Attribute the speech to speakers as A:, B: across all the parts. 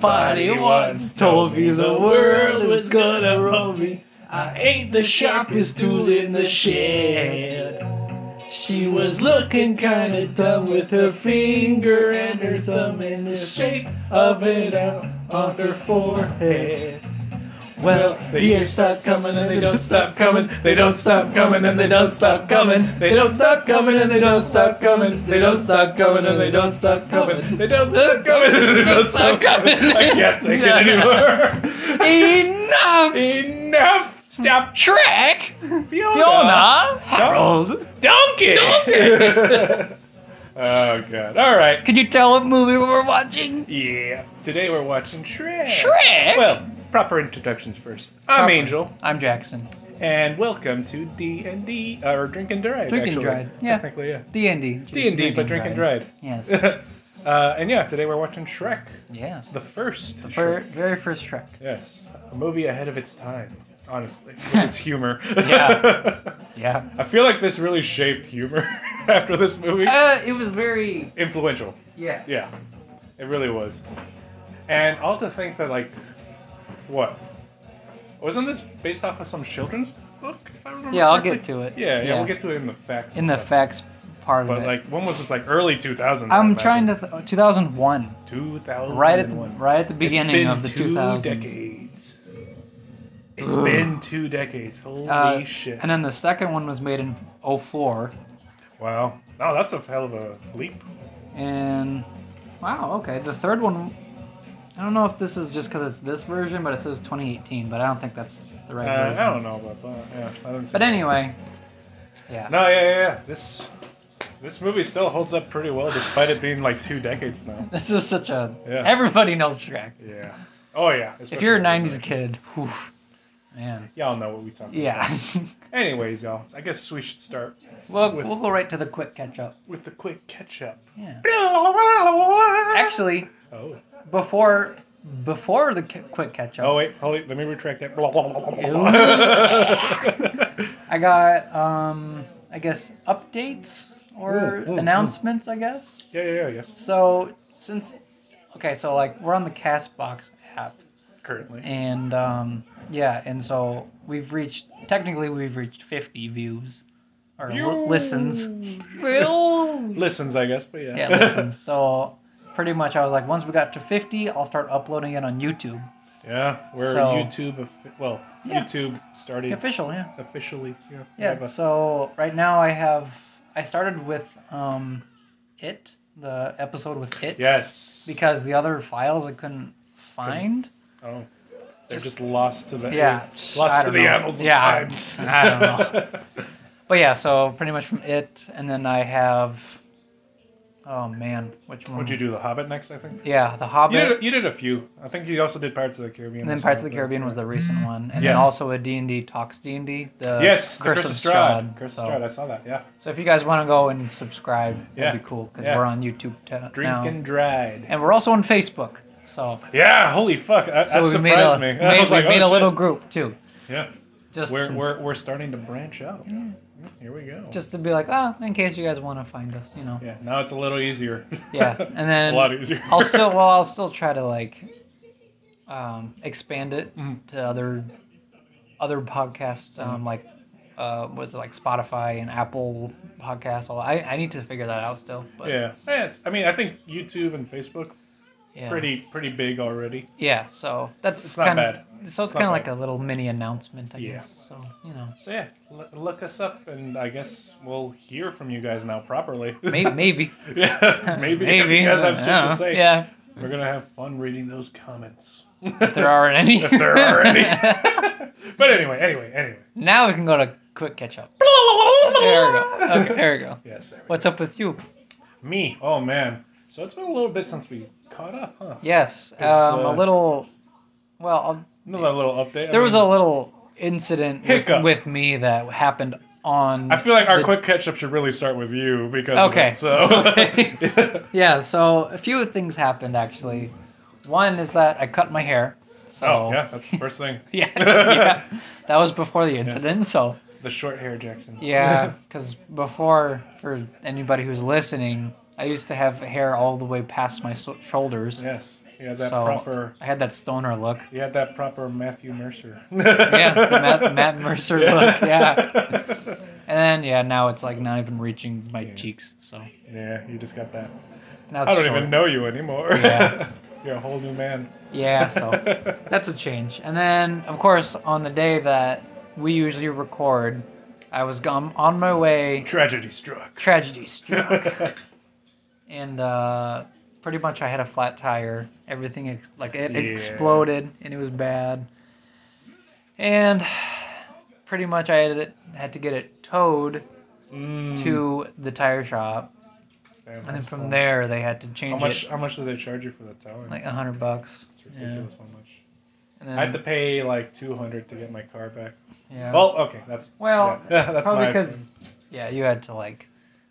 A: Body once told me the world is gonna roll me.
B: I ain't the sharpest tool in the shed. She was looking kinda dumb with her finger and her thumb in the shape of an L on her forehead. Well, the years stop coming and they don't stop coming. They don't stop coming and they don't stop coming. They don't stop coming and they don't stop coming. They don't stop coming and they don't stop coming. They don't stop coming and they don't stop coming. I can't take it anymore.
A: Enough!
B: Enough! Stop track! Fiona!
A: Fiona!
B: Harold! Donkey! oh god. Alright.
A: Can you tell what movie we're watching?
B: Yeah. Today we're watching Shrek.
A: Shrek!
B: Well, proper introductions first. I'm
A: Proper.
B: Angel,
A: I'm Jackson.
B: and welcome to D and D uh, or Drink and Drive.
A: Drink and
B: actually.
A: Drive, yeah.
B: Technically, yeah.
A: D&D.
B: D and D, but Drink and Drive.
A: Yes.
B: uh, and yeah, today we're watching Shrek,
A: Yes.
B: the first. The
A: Ver- very first Shrek.
B: Yes, a movie ahead of its time. Honestly, with its humor.
A: Yeah. Yeah.
B: I feel like this really shaped humor after this movie.
A: Uh, it was very...
B: Influential.
A: Yes.
B: Yeah, it really was. And all to think that, like, what? Wasn't this based off of some children's book? If I remember
A: Yeah, I'll
B: correctly?
A: get to it.
B: Yeah, yeah,
A: Yeah.
B: we'll get to it in the facts.
A: In
B: and
A: the
B: stuff.
A: facts part of
B: But
A: it.
B: like, when was this? Like early 2000s. I
A: I'm
B: imagine.
A: trying to... Th- 2001.
B: 2001.
A: Right at the, right at the beginning
B: it's been
A: of the
B: two
A: 2000s.
B: decades. It's
A: Ugh.
B: been two decades. Holy
A: Uh,
B: shit!
A: And then the second one was made in 04.
B: wow. No, that's a hell of a leap.
A: And wow, okay. The third one, I don't know if this is just because it's this version, but it says 2018. But I don't think that's the right
B: Uh,
A: version.
B: I don't know about that. Yeah, I didn't see
A: But
B: that.
A: anyway, yeah.
B: No, yeah, yeah, yeah. This this movie still holds up pretty well despite it being like two decades now.
A: This is such a
B: Yeah.
A: everybody knows Shrek.
B: Yeah. Oh yeah.
A: If you're a
B: especially-
A: 90s kid, whew, man,
B: y'all know what we talk about.
A: yeah.
B: Anyways, y'all, I guess we should start
A: well,
B: With-
A: we'll go right to the quick catch up.
B: with the quick catch up.
A: Yeah.
B: Actually.
A: Actually,
B: Oh.
A: before before the ca- quick catch up,
B: Oh wait, hold it. Let me retract that.
A: I got um, I guess updates or
B: Ooh, ooh, ooh.
A: announcements. I guess.
B: yeah, yeah, yeah. Yes.
A: So since okay, so like we're on the Castbox app,
B: Currently.
A: and um, yeah, and so we've reached technically we've reached 50 views or li- listens.
B: Listens, I guess, but yeah.
A: yeah, listens. So pretty much, I was like, once we got to 50, I'll start uploading it on YouTube.
B: Yeah, We're
A: So-
B: YouTube. offi- Well,
A: Yeah.
B: YouTube started
A: Official, yeah,
B: officially. Yeah. we have
A: yeah.
B: a-
A: So right now I have I started with um, it the episode with it
B: yes.
A: because the other files I couldn't find.
B: Oh. They're just lost to the
A: Yeah. I
B: lost to
A: don't
B: the
A: know.
B: annals of
A: yeah,
B: time.
A: I don't know. but yeah, so pretty much from it, and then I have. Oh man, which one?
B: What'd you do? The Hobbit next, I think.
A: Yeah, The
B: You
A: Hobbit.
B: did, you did a few. I think you also did Pirates of the Caribbean.
A: and then
B: or
A: Parts of the
B: something like
A: Caribbean was the recent one, and
B: Yeah.
A: then also a D and D talks D and D.
B: that. Yes, the Curse of Strahd. Curse
A: so,
B: of Strahd. I saw that. Yeah.
A: so if you guys want to go and subscribe,
B: Yeah.
A: that'd be cool because
B: Yeah.
A: we're on YouTube t-
B: Drink
A: now,
B: and dried.
A: and we're also on Facebook. So,
B: Yeah. Holy fuck. That,
A: so
B: that
A: we
B: surprised
A: made a
B: me. I
A: made,
B: was
A: we
B: like,
A: made a
B: oh,
A: little group too,
B: shit. Yeah.
A: just
B: We're, we're we're starting to branch out. Here we go.
A: just to be like, oh, in case you guys want to find us, you know.
B: yeah. Now it's a little easier.
A: Yeah, and then
B: a lot easier.
A: I'll still well, I'll still try to like um, expand it
B: Mm-hmm.
A: to other other podcasts, um, like uh, what's it like Spotify and Apple podcasts. All I I need to figure that out still. But yeah,
B: yeah. yeah it's, I mean, I think YouTube and Facebook pretty pretty big already.
A: Yeah, so that's
B: It's not
A: kind
B: bad.
A: of so it's,
B: not
A: kind of
B: bad.
A: like a little mini announcement, I
B: Yeah.
A: guess. So you know,
B: So yeah, l- look us up, and I guess we'll hear from you guys now properly.
A: maybe maybe
B: yeah, maybe. If
A: maybe
B: you guys have
A: I
B: shit
A: don't
B: to
A: know.
B: say.
A: Yeah,
B: We're gonna have fun reading those comments.
A: if there aren't any.
B: if there are any. but anyway, anyway, anyway.
A: now we can go to quick catch up. There we go. Okay, there we go.
B: Yes. There we
A: What's up with you?
B: go. Me. Oh man. So it's been a little bit since we caught up, huh?
A: Yes, um,
B: Is,
A: a
B: uh,
A: little. Well, I'll,
B: Another little update.
A: there was a little incident with,
B: Hiccup.
A: with me that happened on.
B: I feel like our
A: the-
B: quick catch up should really start with you because. of
A: Okay.
B: it, so.
A: Okay. yeah, so a few things happened actually. One is that I cut my hair. So
B: oh yeah, that's the first thing.
A: yes, yeah, that was before the incident. So
B: The short hair, Jackson.
A: yeah, because before for anybody who's listening, I used to have hair all the way past my so- shoulders.
B: Yes. Yeah, that
A: so
B: proper.
A: I had that stoner look.
B: You had that proper Matthew Mercer.
A: Yeah, the Matt, Matt Mercer look. Yeah. And then, yeah, now it's like not even reaching my cheeks. So
B: yeah, you just got that.
A: now it's
B: I don't
A: short.
B: even know you anymore.
A: Yeah.
B: You're a whole new man.
A: Yeah, so that's a change. And then, of course, on the day that we usually record, I was gone on my way,
B: Tragedy struck.
A: tragedy struck. and uh, pretty much I had a flat tire. Everything, ex- like, it
B: Yeah.
A: exploded and it was bad. And pretty much I had, it, had to get it towed
B: Mm.
A: to the tire shop.
B: Damn,
A: And then
B: that's
A: from
B: fun.
A: there, they had to
B: How
A: change
B: much?
A: it
B: How much do they charge you for the towing?
A: like a hundred bucks.
B: it's
A: yeah.
B: ridiculous. How much?
A: And
B: I had to
A: then,
B: pay like two hundred to get my car back.
A: yeah.
B: Well, okay, that's
A: Well,
B: yeah, that's
A: Probably
B: my
A: because, yeah, you had to like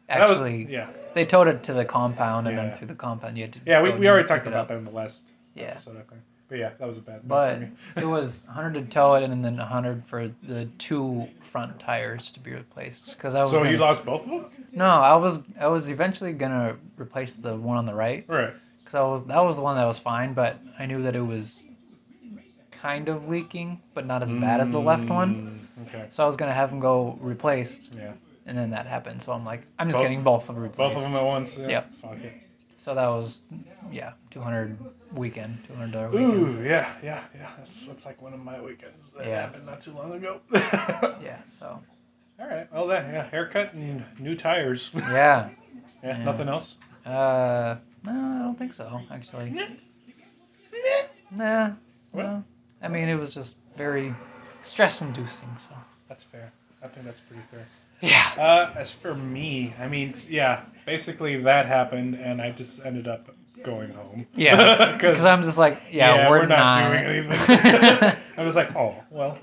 B: that was-
A: actually.
B: yeah,
A: They towed it to the compound, and
B: Yeah.
A: then through the compound, you had to.
B: yeah. We,
A: go
B: we
A: and
B: already
A: pick
B: talked
A: it
B: about
A: up.
B: that in the last
A: Yeah.
B: episode. Okay, but yeah, that was a bad. one
A: But
B: for me.
A: it was 100 to tow it, and then 100 for the two front tires to be replaced. Because I was
B: so you
A: gonna-
B: lost both of them,
A: no, I was I was eventually gonna replace the one on the right
B: right?
A: because I was that was the one that was fine, but I knew that it was kind of leaking, but not as bad as the left one.
B: Mm, Okay,
A: So I was gonna have them go replaced,
B: yeah,
A: and then that happened. So I'm like, I'm just
B: Both-
A: getting both of them replaced.
B: both of them at once. Yeah,
A: Yep.
B: fuck it.
A: So that was, yeah, 200 weekend, 200 dollar weekend.
B: Ooh, yeah, yeah, yeah. That's that's like one of my weekends that
A: Yeah.
B: happened not too long ago.
A: Yeah. So
B: All right, well, that, yeah, haircut and new tires. yeah,
A: yeah.
B: nothing else.
A: Uh, no, I don't think so. Actually. Nah. No. I mean, it was just very stress-inducing. So.
B: That's fair. I think that's pretty fair.
A: Yeah.
B: Uh, as for me, I mean, s- yeah, basically that happened, and I just ended up going home.
A: Yeah. Because I'm just like, yeah,
B: yeah,
A: we're,
B: not,
A: not.
B: doing anything. I was like, oh, well,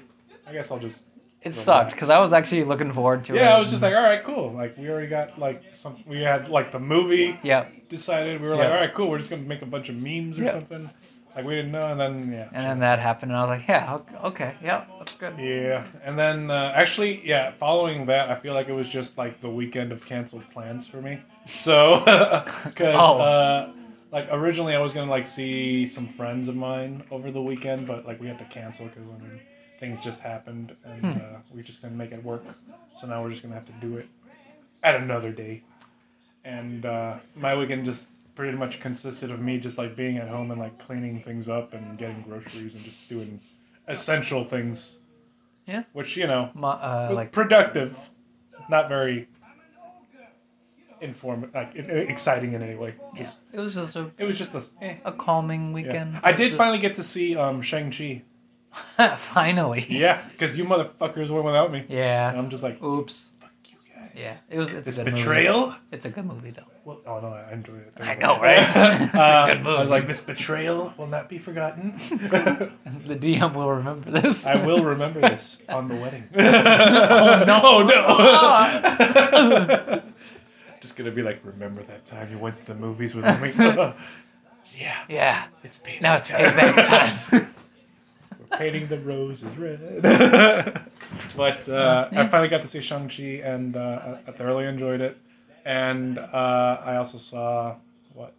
B: I guess I'll just.
A: it sucked because I was actually looking forward to it.
B: Yeah, I was just like, all right, cool. Like we already got like some. We had like the movie
A: Yep.
B: decided. We were
A: Yeah.
B: like, all right, cool. We're just gonna make a bunch of memes or
A: Yeah.
B: something. Like we didn't know, and then yeah.
A: And then that happened, and I was like, yeah, ok- okay, yep, that's good.
B: Yeah, and then uh, actually, yeah. Following that, I feel like it was just like the weekend of canceled plans for me. So, because
A: Oh.
B: uh, like originally I was gonna like see some friends of mine over the weekend, but like we had to cancel because I mean things just happened, and
A: Hmm.
B: uh, we just couldn't make it work. So now we're just gonna have to do it at another day. And uh, my weekend just pretty much consisted of me just like being at home and like cleaning things up and getting groceries and just doing essential things
A: Yeah.
B: which you know,
A: Mo- uh, like,
B: productive, not very inform like i- exciting in any way.
A: yeah.
B: Just
A: it was just a,
B: it was just this. Eh.
A: a calming weekend.
B: Yeah. I
A: It's
B: did
A: just-
B: finally get to see um Shang Chi.
A: finally.
B: Yeah, because you motherfuckers went without me. And
A: Yeah.
B: I'm just like,
A: Oops.
B: fuck you guys.
A: Yeah. It was. It's
B: Um, This
A: a good Movie.
B: betrayal.
A: It's a good movie though.
B: Well, oh no, I enjoyed it.
A: I know, right? it's
B: Uh,
A: a good movie.
B: I was like, this betrayal will not be forgotten.
A: the DM will remember this.
B: I will remember this on the wedding. oh no! Just gonna be like, remember that time you went to the movies with me? yeah,
A: yeah.
B: it's painting.
A: Now it's payback time.
B: painting the roses red. but uh, I finally got to see Shang Chi, and uh, I I thoroughly enjoyed it. And uh, I also saw what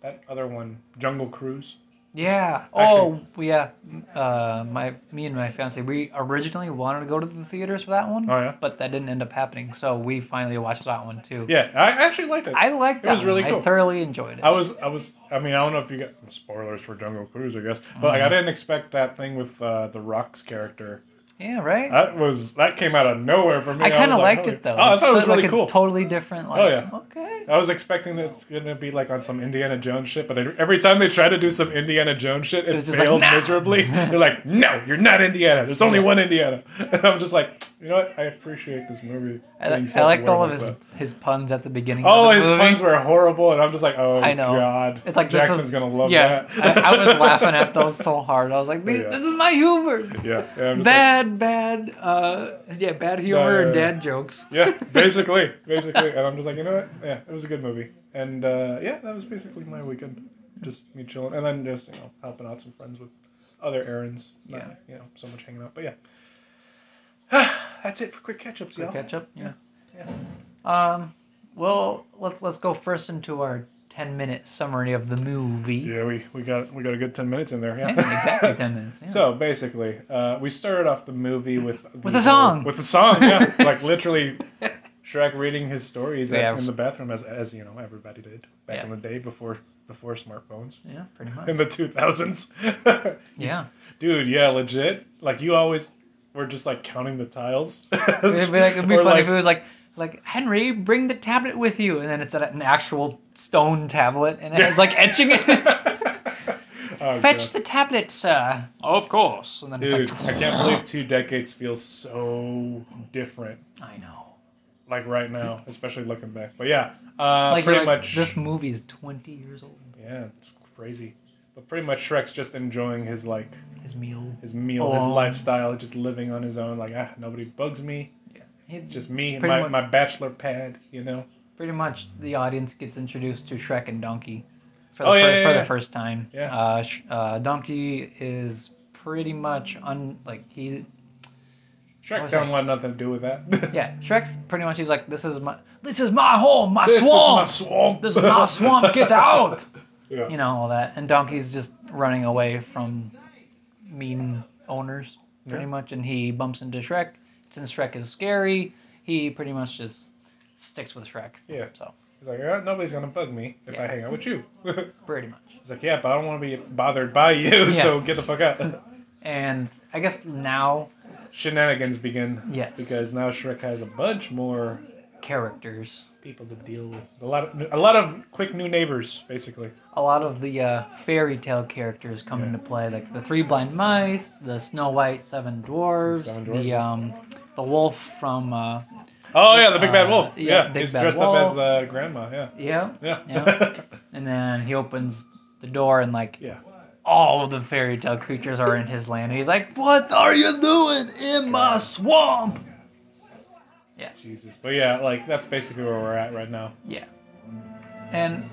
B: that other one, Jungle Cruise.
A: yeah.
B: Actually-
A: oh yeah. Uh, my me and my fiance we originally wanted to go to the theaters for that one.
B: Oh, yeah?
A: But that didn't end up happening, so we finally watched that one too.
B: Yeah, I actually liked it.
A: I liked
B: It
A: that.
B: was really
A: one.
B: cool.
A: I thoroughly enjoyed it.
B: I was, I was, I mean, I don't know if you got spoilers for Jungle Cruise, I guess,
A: Uh-huh.
B: but like, I didn't expect that thing with uh, the Rock's character.
A: yeah. Right.
B: That was that came out of nowhere for me.
A: I kind of
B: was like,
A: liked
B: holy-
A: it though.
B: Oh, I
A: it's
B: thought it was
A: so-
B: really
A: like
B: cool.
A: a totally different. Like,
B: Oh, yeah.
A: Okay.
B: I was expecting that it's gonna be like on some Indiana Jones shit, but every time they try to do some Indiana Jones shit, it,
A: was just like,
B: failed
A: "Nah."
B: miserably. They're like, "No, you're not Indiana. There's only
A: Yeah.
B: one Indiana." And I'm just like, you know what? I appreciate this movie.
A: I,
B: being
A: I liked
B: self-aware
A: all of
B: like
A: his
B: that.
A: his puns at the beginning. of
B: All
A: the
B: Oh, his
A: movie.
B: puns were horrible, and I'm just like, "Oh,
A: I know.
B: God!"
A: It's like this
B: Jackson's
A: is,
B: gonna love
A: yeah,
B: that.
A: I, I was laughing at those so hard. I was like, "This,
B: Yeah.
A: this is my humor.
B: Yeah, yeah, I'm just like,
A: Bad, bad, uh, yeah, bad humor
B: yeah,
A: and
B: yeah.
A: dad jokes."
B: yeah, basically, basically. And I'm just like, you know what? Yeah, it was a good movie. And uh, yeah, that was basically my weekend, just me chilling, and then just you know helping out some friends with other errands. Not,
A: Yeah.
B: you know, so much hanging out. But yeah, that's it for quick catch ups, y'all.
A: Ketchup, yeah.
B: Yeah.
A: Um, Well, let's let's go first into our ten minute summary of the movie.
B: Yeah, we, we got we got a good ten minutes in there. Yeah.
A: Yeah, exactly ten minutes. Yeah.
B: So basically, uh, we started off the movie with the,
A: With a song.
B: With a song, yeah, like literally, Shrek reading his stories at-
A: Yeah.
B: in the bathroom as as you know everybody did back
A: Yeah.
B: in the day before before smartphones
A: yeah, pretty much.
B: in the two thousands.
A: Yeah,
B: Dude, yeah, legit. Like you always were just like counting the tiles.
A: it'd be like it'd be
B: Or,
A: funny
B: like,
A: if it was like like Henry, bring the tablet with you, and then it's an actual stone tablet, and it has like etching in it.
B: oh,
A: Fetch
B: God.
A: the tablet, sir. Of course. And then
B: Dude,
A: it's
B: I
A: like,
B: can't believe two decades feels so different.
A: I know.
B: Like right now, especially looking back. But yeah, uh,
A: Like,
B: pretty
A: you're like,
B: much.
A: this movie is 20 years old.
B: Yeah, it's crazy. But pretty much Shrek's just enjoying his like
A: His meal.
B: his meal, his
A: Alone.
B: lifestyle, just living on his own. Like ah, nobody bugs me.
A: Yeah. He-
B: Just me, and
A: Pretty
B: my
A: much.
B: my bachelor pad. You know.
A: pretty much the audience gets introduced to Shrek and Donkey for the,
B: Oh,
A: fir-
B: yeah, yeah,
A: for
B: yeah.
A: the first time.
B: Yeah.
A: Uh, Sh- uh, Donkey is pretty much un like he
B: Shrek
A: was
B: don't
A: that?
B: want nothing to do with that.
A: yeah Shrek's pretty much he's like this is my this is my home my
B: this
A: swamp
B: is my swamp.
A: this is my swamp get out
B: Yeah.
A: you know all that and Donkey's just running away from mean owners pretty
B: Yeah.
A: much and he bumps into Shrek since Shrek is scary he pretty much just sticks with Shrek
B: Yeah.
A: so
B: He's like, "Ah, nobody's gonna bug me if I
A: Yeah.
B: hang out with you. He's
A: pretty much.
B: like, yeah, but I don't want to be bothered by you, so get the fuck out.
A: And I guess now
B: Shenanigans begin.
A: Yes.
B: Because now Shrek has a bunch more
A: characters,
B: people to deal with. A lot of a lot of quick new neighbors, basically.
A: a lot of the uh, fairy tale characters come
B: Yeah.
A: into play, like the three blind mice, the Snow White seven dwarves,
B: Seven
A: the
B: Dwarfs.
A: um, the wolf from uh,
B: Oh yeah, the big bad
A: Uh,
B: wolf.
A: yeah,
B: yeah,
A: Big
B: he's
A: Bad
B: dressed up
A: Wolf.
B: as uh, grandma. Yeah.
A: yeah,
B: Yeah.
A: Yeah. and then he opens the door and like
B: Yeah.
A: all of the fairy tale creatures are in his land. And he's like, "What are you doing in my swamp?"
B: Jesus. But yeah, like that's basically where we're at right now.
A: Yeah. And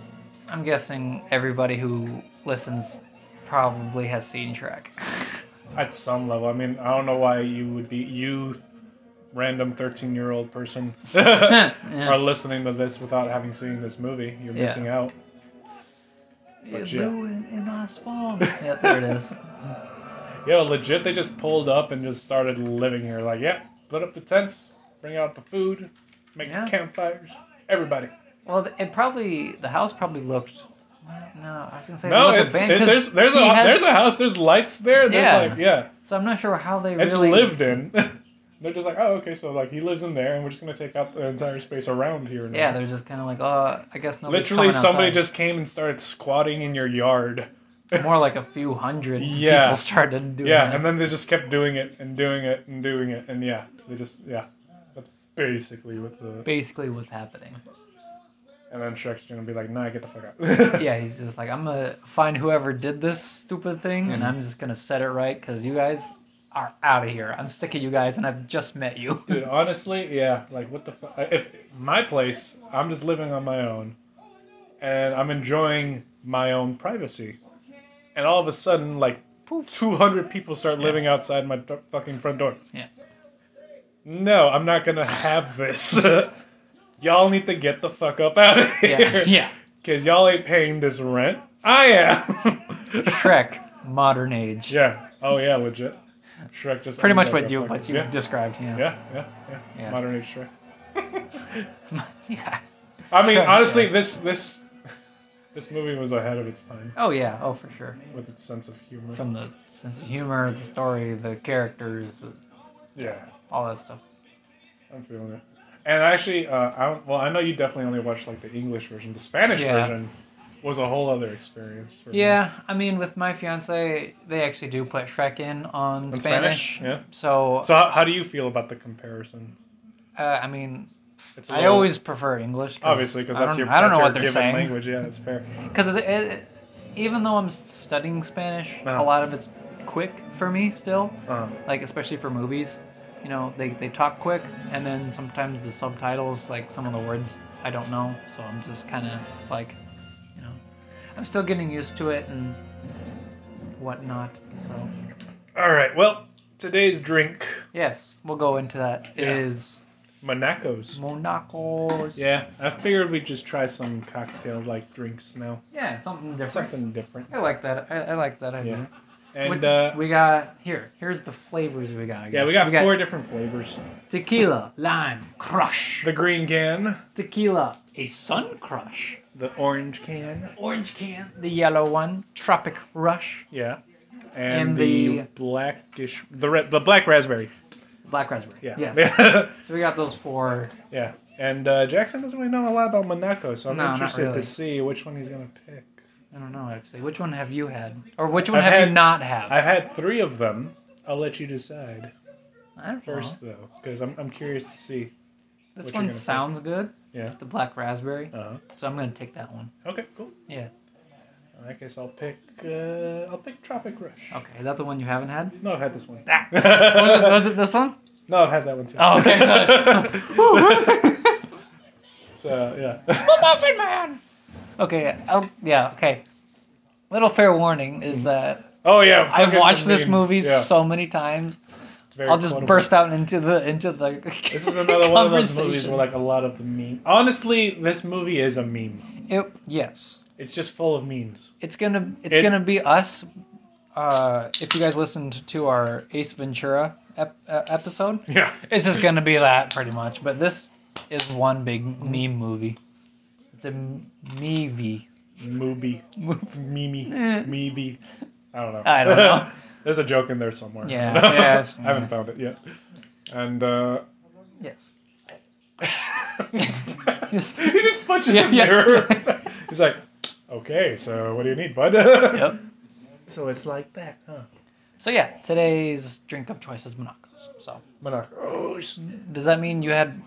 A: I'm guessing everybody who listens probably has seen Shrek.
B: At some level. I mean, I don't know why you would be you random 13-year-old person
A: Yeah.
B: are listening to this without having seen this movie. You're
A: Yeah.
B: missing out.
A: It's
B: yeah.
A: ruined in my swamp. yep, there it is.
B: Yo, legit, they just pulled up and just started living here. Like, yeah, put up the tents, bring out the food, make
A: Yeah.
B: campfires. Everybody.
A: Well, it probably the house probably looked. well, No, I was gonna say
B: No,
A: it looked
B: it's
A: abandoned,
B: it,
A: 'cause
B: there's there's a
A: he has-
B: there's a house. There's lights there. There's
A: Yeah.
B: like yeah,
A: So I'm not sure how they
B: it's
A: really.
B: lived in. They're just like, oh, okay, so like he lives in there, and we're just gonna take out the entire space around here. Now.
A: Yeah, they're just kind of like, oh, I guess nobody's
B: literally
A: coming
B: somebody
A: outside.
B: just came and started squatting in your yard.
A: more like a few hundred
B: Yeah.
A: people started doing
B: Yeah,
A: that.
B: and then they just kept doing it and doing it and doing it, and yeah, they just yeah, that's basically what the
A: basically what's happening.
B: And then Shrek's gonna be like, nah, get the fuck out.
A: Yeah, he's just like, I'm gonna find whoever did this stupid thing, and
B: Mm-hmm.
A: I'm just gonna set it right because you guys are out of here. I'm sick of you guys, and I've just met you.
B: Dude, honestly, yeah, like what the fuck? If my place, I'm just living on my own, and I'm enjoying my own privacy, and all of a sudden, like, 200 people start living outside my th- fucking front door.
A: Yeah.
B: No, I'm not gonna have this. y'all need to get the fuck up out of here.
A: Yeah, yeah.
B: Cause y'all ain't paying this rent. I am.
A: Shrek, modern age.
B: yeah. Oh yeah, legit. Shrek just
A: Pretty
B: owns
A: much
B: like
A: what
B: a
A: you
B: fucking-
A: what you
B: yeah.
A: described. Yeah.
B: Yeah, yeah, yeah.
A: Yeah.
B: Modern age Shrek.
A: yeah.
B: I mean,
A: Shrek,
B: honestly,
A: yeah.
B: this this this movie was ahead of its time
A: Oh yeah. Oh for sure.
B: with its sense of humor.
A: From the sense of humor, the story, the characters, the,
B: yeah,
A: all that stuff.
B: I'm feeling it. And actually, uh, I don't, well, I know you definitely only watched like the English version. The Spanish
A: Yeah.
B: version was a whole other experience. For me.
A: Yeah, I mean, with my fiance, they actually do put Shrek in on Spanish.
B: Spanish, yeah.
A: So,
B: So how, how do you feel about the comparison?
A: uh, I mean,
B: It's a
A: I
B: little-
A: always prefer English.
B: obviously because
A: I
B: that's
A: don't-
B: your
A: I don't know
B: that's your
A: what they're
B: given
A: saying
B: language. Yeah, that's fair.
A: because it, it, even though I'm s- studying Spanish,
B: Uh-huh.
A: a lot of it's quick for me still.
B: Uh,
A: like especially for movies you know they, they talk quick and then sometimes the subtitles like some of the words i don't know so i'm just kind of like you know i'm still getting used to it and whatnot so
B: all right. Well, today's drink.
A: yes we'll go into that It
B: Yeah.
A: is
B: Monaco's.
A: Monaco.
B: Yeah, I figured we'd just try some cocktail like drinks now.
A: Yeah, something different.
B: Something different.
A: I like that. I, I like that idea.
B: Yeah. And
A: What-
B: uh,
A: we got here. Here's the flavors we got. I
B: yeah, we
A: guess.
B: got four different flavors.
A: tequila, lime, crush.
B: The green can,
A: Tequila, a sun crush.
B: the orange can,
A: Orange can, the yellow one, tropic rush,
B: yeah, and,
A: And
B: the,
A: the-
B: blackish, the red, the black raspberry.
A: black raspberry.
B: Yeah.
A: Yes.
B: Yeah.
A: so we got those four.
B: yeah. And uh, Jackson doesn't really know a lot about Monaco, so I'm
A: No, not
B: interested to
A: really.
B: see which one he's gonna pick.
A: I don't know actually. Which one have you had, or which one
B: I've
A: have
B: had-
A: you not had?
B: I've had three of them. I'll let you decide
A: I don't know.
B: first, though, because I'm, I'm curious to see.
A: This
B: what
A: one
B: you're gonna pick.
A: sounds good.
B: Yeah.
A: The black raspberry.
B: Uh huh.
A: So I'm gonna take that one.
B: Okay. Cool.
A: Yeah.
B: In that case, I'll pick. Uh, I'll pick Tropic Rush.
A: Okay. Is that the one you haven't had?
B: No, I've had this one.
A: Ah. was, it, was it this one?
B: No, I've had that one too.
A: Oh, okay. sorry.
B: So yeah.
A: Muffin Man. Okay. I'll, yeah. Okay. Little fair warning is that
B: Oh yeah.
A: I've
B: fucking
A: watched this
B: memes.
A: movie
B: Yeah,
A: so many times.
B: it's very
A: I'll just
B: quotable.
A: burst out into the into the
B: This is another one of those movies where like a lot of the meme. Honestly, this movie is a meme.
A: it, yes,
B: It's just full of memes.
A: it's gonna it's
B: It-
A: gonna be us. Uh, if you guys listened to our Ace Ventura ep- uh, episode,
B: Yeah.
A: it's just gonna be that pretty much. But this is one big meme movie. It's a m- meme.
B: Movie. Mimi. Meeby. I don't know.
A: Eh. I don't know.
B: There's a joke in there somewhere.
A: Yeah, yeah, it's-
B: I haven't found it yet. And uh
A: Yes.
B: he
A: Yes.
B: just punches
A: Yeah,
B: a
A: yeah.
B: mirror. He's like, Okay, so what do you need, bud?
A: Yep.
B: So it's like that, huh?
A: So yeah, today's drink of choice is Monaco's. So
B: Monacos.
A: does that mean you had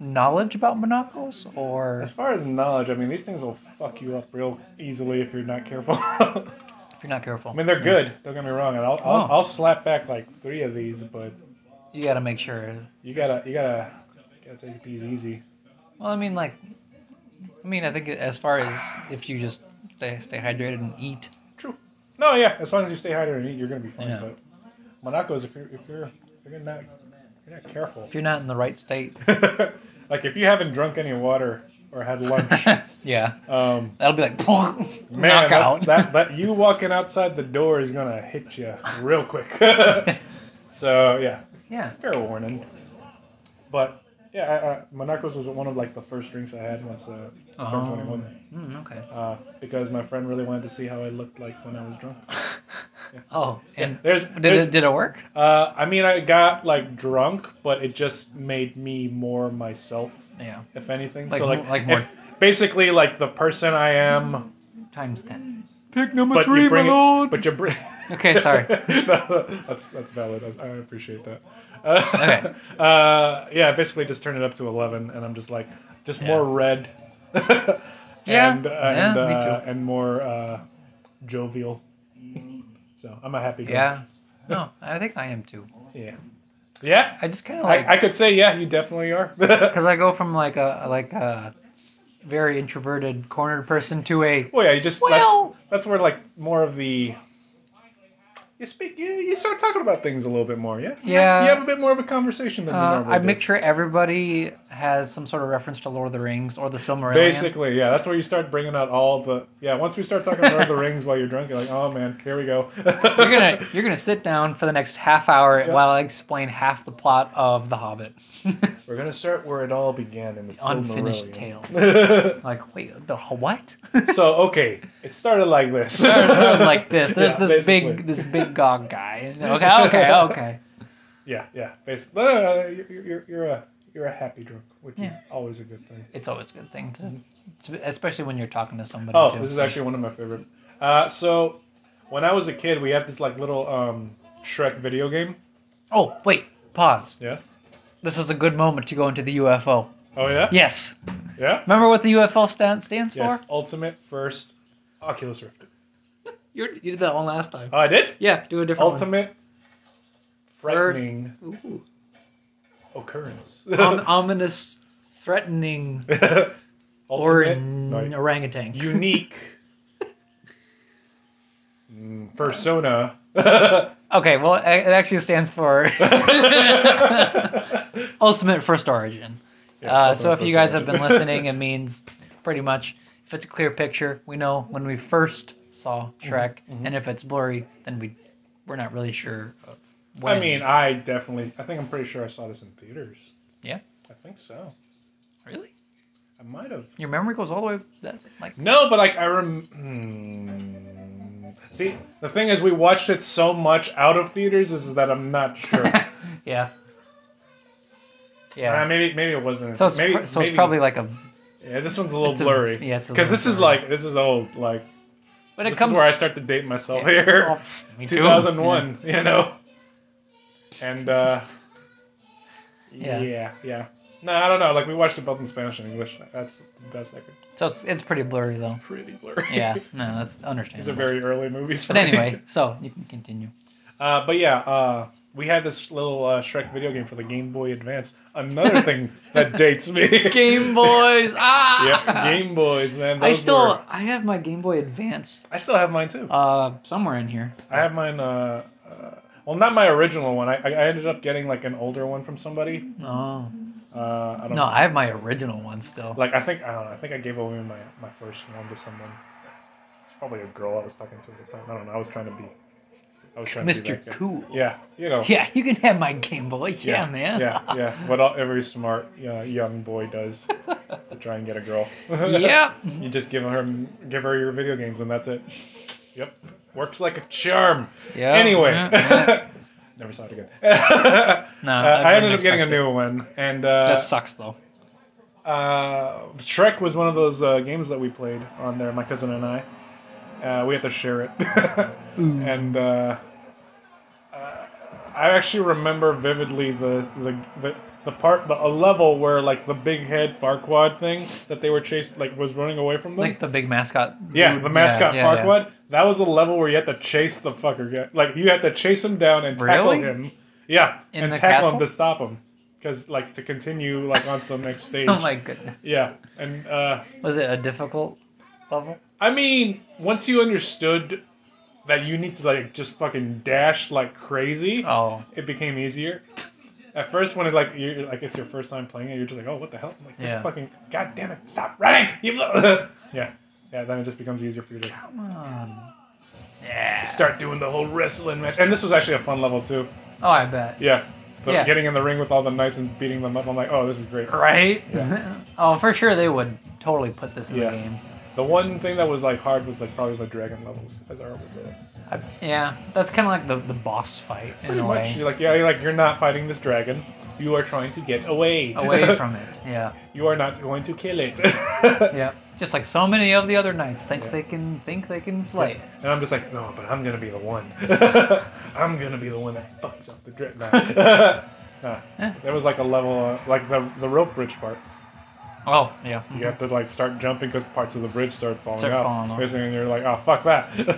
A: knowledge about Monaco's or
B: As far as knowledge, I mean, these things will fuck you up real easily if you're not careful.
A: if you're not careful?
B: I mean, they're good. Don't get me wrong, and I'll, I'll,
A: Oh.
B: I'll slap back like three of these, but
A: You gotta make sure
B: you gotta you gotta gotta take these easy.
A: Well, I mean, like, I mean, I think as far as if you just stay, stay hydrated and eat,
B: True. No, yeah. As long as you stay hydrated and eat, you're gonna be fine.
A: Yeah.
B: But Monaco's, if you're if you're if you're not if you're not careful,
A: if you're not in the right state,
B: like if you haven't drunk any water or had lunch,
A: yeah,
B: um,
A: that'll be like
B: man,
A: knockout.
B: that, that that you walking outside the door is gonna hit you real quick. so yeah,
A: yeah,
B: fair warning. But yeah, I, I, Monaco's was one of like the first drinks I had once uh, I turned
A: Oh.
B: 21,
A: mm, okay.
B: uh, because my friend really wanted to see how I looked like when I was drunk.
A: Oh, and
B: There's,
A: did
B: there's-
A: it did it work?
B: uh, I mean, I got like drunk, but it just made me more myself,
A: Yeah,
B: if anything.
A: Like
B: so
A: mo-
B: like,
A: like
B: if-
A: more-
B: basically like the person I am,
A: times ten. Pick number
B: but you bring it, but you bring.
A: Okay, sorry.
B: no, that's that's valid. That's, I appreciate that. Uh,
A: Okay.
B: uh, yeah, basically just turn it up to eleven, and I'm just like just more red. yeah,
A: Yeah,
B: and, uh,
A: yeah,
B: and,
A: me
B: uh,
A: too.
B: and more uh, jovial. So I'm a happy.
A: Yeah, no, I think I am too.
B: drunk. yeah, yeah.
A: I just kind of
B: I, I
A: like
B: could say yeah, you definitely are.
A: because I go from like a like a very introverted cornered person to a
B: well, yeah, you just
A: Well-
B: that's that's where like more of the. You speak. You, you start talking about things a little bit more. Yeah. You have-
A: Yeah.
B: You have a bit more of a conversation than you
A: Uh,
B: normally
A: I
B: do.
A: make sure everybody has some sort of reference to Lord of the Rings or the Silmarillion.
B: Basically, yeah, that's where you start bringing out all the yeah. Once we start talking Lord of the Rings while you're drunk, you're like, oh man, here we go.
A: You're gonna you're gonna sit down for the next half hour while I explain half the plot of The Hobbit.
B: We're gonna start where it all began in the
A: Unfinished
B: Silmarillion.
A: like, wait, the h- what?
B: so okay, it started like this.
A: Sounds like this. There's
B: Yeah,
A: this
B: basically.
A: big this big gog guy. Okay, okay, okay.
B: yeah, yeah. Basically, no, no, no, you're, you're you're a you're a happy drunk, which is
A: Yeah.
B: always a good thing.
A: It's always a good thing to, to- especially when you're talking to somebody.
B: Oh,
A: too.
B: this is actually one of my favorite. Uh, so when I was a kid, we had this like little um, Shrek video game.
A: oh, wait, pause.
B: Yeah.
A: This is a good moment to go into the UFO.
B: Oh yeah.
A: Yes.
B: Yeah.
A: Remember what the UFO stand, stands
B: Yes.
A: for?
B: Ultimate first Oculus Rift.
A: You're, you did that one last time.
B: Oh, I did.
A: Yeah, do a different
B: ultimate frightening
A: one. Ooh.
B: occurrence.
A: Om- ominous, threatening
B: ultimate,
A: oran-
B: no,
A: orangutan. Uh,
B: unique mm, persona
A: Okay, well, it it actually stands for Ultimate First Origin.
B: Yeah,
A: uh,
B: it's
A: so if
B: Ultimate
A: you
B: First
A: guys have been listening, it means pretty much if it's a clear picture, we know when we first saw
B: Mm-hmm.
A: Shrek, and if it's blurry, then we we're not really sure. Of when.
B: I mean, I definitely. I think I'm pretty sure I saw this in theaters.
A: yeah,
B: I think so.
A: really,
B: I might have.
A: your memory goes all the way that like
B: No, but like I rem. Hmm. See, the thing is, we watched it so much out of theaters is that I'm not sure.
A: yeah,
B: Uh,
A: yeah.
B: maybe maybe it wasn't.
A: so it's
B: maybe,
A: pr- so
B: maybe,
A: it's probably like a
B: Yeah, this one's a little
A: it's a-
B: blurry.
A: yeah, it's a
B: because
A: little
B: this is
A: blurry.
B: like this is old. Like
A: when it
B: this
A: comes
B: is where I start to date myself
A: Yeah.
B: here.
A: Oh, me too.
B: 2001, you know. And uh,
A: Yeah.
B: yeah. yeah, No, I don't know. Like we watched it both in Spanish and English. That's the best I could.
A: So it's it's pretty blurry though.
B: Pretty blurry.
A: Yeah, no, that's
B: These are
A: understandable.
B: very early movies. For
A: but
B: me.
A: anyway, so you can continue.
B: Uh, but yeah, uh, we had this little uh, Shrek video game for the Game Boy Advance. Another thing that dates me.
A: Game Boys. Ah.
B: yeah, Game Boys, man.
A: I
B: those
A: still
B: were-
A: I have my Game Boy Advance
B: I still have mine too.
A: uh somewhere in here.
B: I have mine. Uh, uh, well, not my original one. I, I I ended up getting like an older one from somebody.
A: Oh.
B: Uh, I don't
A: No, I have my original one still.
B: Like I think I don't know. I think I gave away my my first one to someone. It's probably a girl I was talking to at the time. I don't know. I was trying to be. I was trying to be
A: Mr.
B: that guy.
A: Cool.
B: Yeah, you know.
A: Yeah, you can have my Game Boy. Yeah, man.
B: Yeah, yeah. What all, every smart uh, young boy does to try and get a girl.
A: Yep.
B: you just give her give her your video games and that's it. Yep. Works like a charm.
A: Yeah.
B: Anyway.
A: Yeah, yeah.
B: Never saw it again.
A: No,
B: Uh, I ended
A: wouldn't
B: up getting a
A: expect it.
B: new one, and uh,
A: That sucks though.
B: uh, Shrek was one of those uh, games that we played on there. My cousin and I, uh, we had to share it, and uh, uh, I actually remember vividly the the. the the part, the a level where like the big head Farquad thing that they were chased, like was running away from them.
A: Like the big mascot.
B: yeah,
A: dude.
B: the mascot
A: yeah, yeah.
B: Farquad. That was a level where you had to chase the fucker. guy. Like you had to chase him down and tackle
A: Really?
B: him. Yeah,
A: In
B: and
A: the
B: tackle
A: castle?
B: him to stop him, because like to continue like onto the next stage.
A: Oh my goodness.
B: Yeah, and uh,
A: Was it a difficult level?
B: I mean, once you understood that you need to like just fucking dash like crazy,
A: Oh.
B: it became easier. At first, when it like you like it's your first time playing it, you're just like, oh, what the hell? I'm like this
A: Yeah.
B: fucking god damn it, stop running! You blo-" yeah, yeah. Then it just becomes easier for you to
A: Come on. Yeah.
B: start doing the whole wrestling match. And this was actually a fun level too.
A: Oh, I bet.
B: Yeah, the,
A: Yeah.
B: getting in the ring with all the knights and beating them up. I'm like, oh, this is great.
A: Right? oh, for sure they would totally put this in
B: Yeah.
A: the game.
B: The one thing that was like hard was like probably the dragon levels, as I remember. it.
A: I, yeah, that's kind of like the, the boss fight in
B: Pretty
A: a
B: much.
A: way.
B: You're like, yeah, you're like, you're not fighting this dragon. You are trying to get away.
A: Away from it, yeah,
B: you are not going to kill it.
A: yeah. Just like so many of the other knights think
B: Yeah.
A: they can think they can slay. it.
B: And I'm just like, no, but I'm gonna be the one. I'm gonna be the one that fucks up the dragon. Nah. Nah.
A: Yeah.
B: There was like a level, uh, like the the rope bridge part.
A: Oh, yeah.
B: You have to like start jumping because parts of the bridge start falling
A: Start
B: off.
A: falling off.
B: Basically, and you're like, oh fuck that.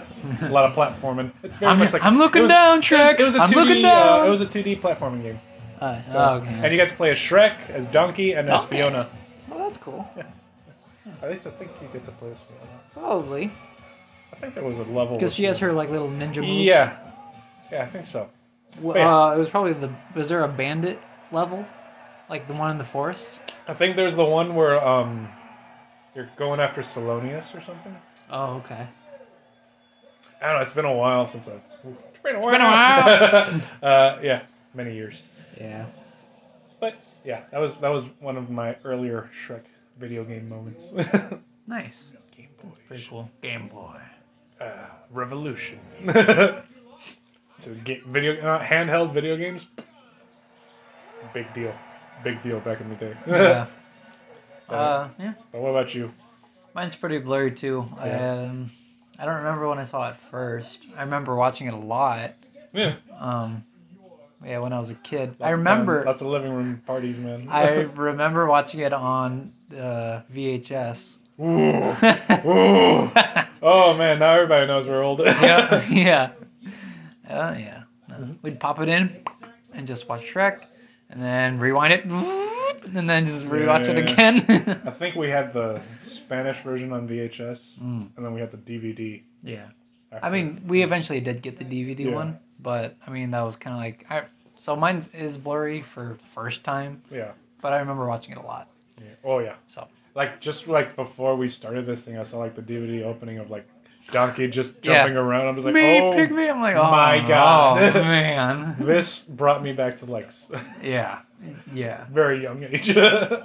B: a lot of platforming. It's very
A: I'm-
B: much like
A: I'm looking
B: it was-
A: down,
B: it was-
A: Shrek.
B: It was a
A: I'm
B: 2D.
A: looking down.
B: Uh, it was a 2D platforming game.
A: Uh,
B: So-
A: oh, okay.
B: And you got to play as Shrek, as Donkey, and as
A: Donkey.
B: Fiona.
A: well, that's cool.
B: At least I think you get to play as Fiona.
A: Probably
B: I think there was a level.
A: because
B: with
A: she has
B: Fiona.
A: her like little ninja moves.
B: Yeah. Yeah, I think so.
A: Well,
B: yeah.
A: Uh, it was probably the. Was there a bandit level, like the one in the forest?
B: I think there's the one where um, you're going after Salonius or something.
A: Oh, okay.
B: I don't know. It's been a while since I've. It's been a while.
A: been a
B: uh, yeah, many years.
A: Yeah.
B: But yeah, that was that was one of my earlier Shrek video game moments.
A: Nice.
B: game Boy
A: Pretty cool. Game Boy.
B: Revolution. to get video uh, handheld video games, big deal, big deal back in the day.
A: Yeah. uh, yeah.
B: But what about you?
A: Mine's pretty blurry too.
B: Yeah.
A: Um, I don't remember when I saw it first. I remember watching it a lot.
B: Yeah,
A: Um, yeah, when I was a kid. I
B: lots of time-
A: remember.
B: lots of living room parties, man.
A: I remember watching it on uh, VHS.
B: Ooh. Ooh. Oh man, now everybody knows we're old.
A: Yeah, yeah, uh, yeah. No.
B: Mm-hmm.
A: We'd pop it in and just watch Shrek, and then rewind it, and then just rewatch it
B: Yeah.
A: again.
B: I think we had the Spanish version on VHS, and then we had the DVD.
A: yeah, Mm. I mean, we eventually did get the DVD
B: Yeah.
A: one, but I mean that was kind of like I. So mine is blurry for first time,
B: yeah,
A: but I remember watching it a lot.
B: yeah. Oh yeah.
A: So
B: Like just like before we started this thing, I saw like the DVD opening of like Donkey just
A: Yeah.
B: jumping around. I was like,
A: me,
B: oh,
A: pick me. I'm like, oh
B: my God."
A: oh, man,
B: this brought me back to like s-
A: yeah, yeah,
B: very young age.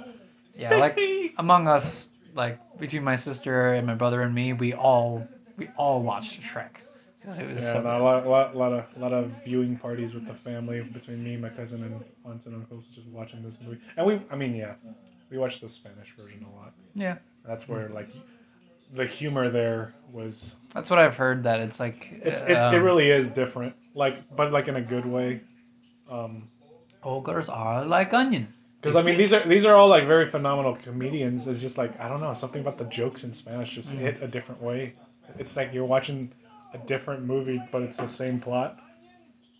A: yeah. Like among us, like between my sister and my brother and me, we all we all watched Shrek because it was
B: Yeah,
A: so.
B: no, a lot, lot, lot of, lot of viewing parties with the family between me, my cousin, and aunts and uncles, just watching this movie. And we, I mean, yeah, we watched the Spanish version a lot.
A: yeah,
B: That's where
A: Mm.
B: like the humor there was.
A: that's what I've heard. That it's like
B: It's, it's, it
A: um,
B: really is different. Like, but like in a good way. Um,
A: ogres are like onion.
B: because I mean, these are these are all like very phenomenal comedians. It's just like I don't know, something about the jokes in Spanish
A: Mm.
B: just hit a different way. It's like you're watching a different movie, but it's the same plot.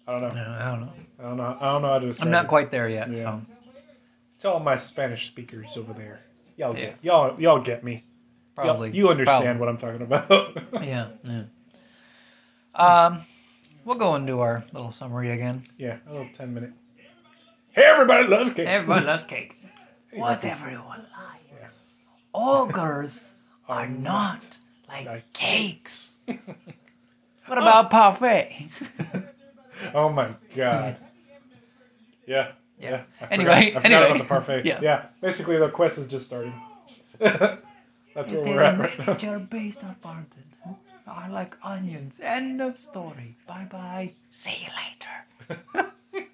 B: I don't know.
A: I don't know.
B: I don't know. I don't know how to describe.
A: I'm not
B: it.
A: quite there yet.
B: Yeah.
A: So
B: It's all my Spanish speakers over there. Y'all,
A: Yeah.
B: get, y'all, y'all get me. Y'all-
A: probably
B: you
A: probably.
B: understand what I'm talking about.
A: yeah, yeah. Um, we'll go into our little summary again.
B: yeah, a little ten minute. Hey, everybody, love cake.
A: Everyone loves cake.
B: Hey,
A: What
B: Marcus.
A: everyone likes.
B: Yeah.
A: Ogres are not like
B: like
A: cakes. What about parfait?
B: Oh my god. Yeah.
A: Yeah.
B: Yeah. I
A: Anyway,
B: forgot, I forgot
A: anyway.
B: about the parfait.
A: Yeah.
B: yeah. Basically, the quest is just starting. That's where we're at right now.
A: They're based on pardon. Are like onions. End of story. Bye bye. See you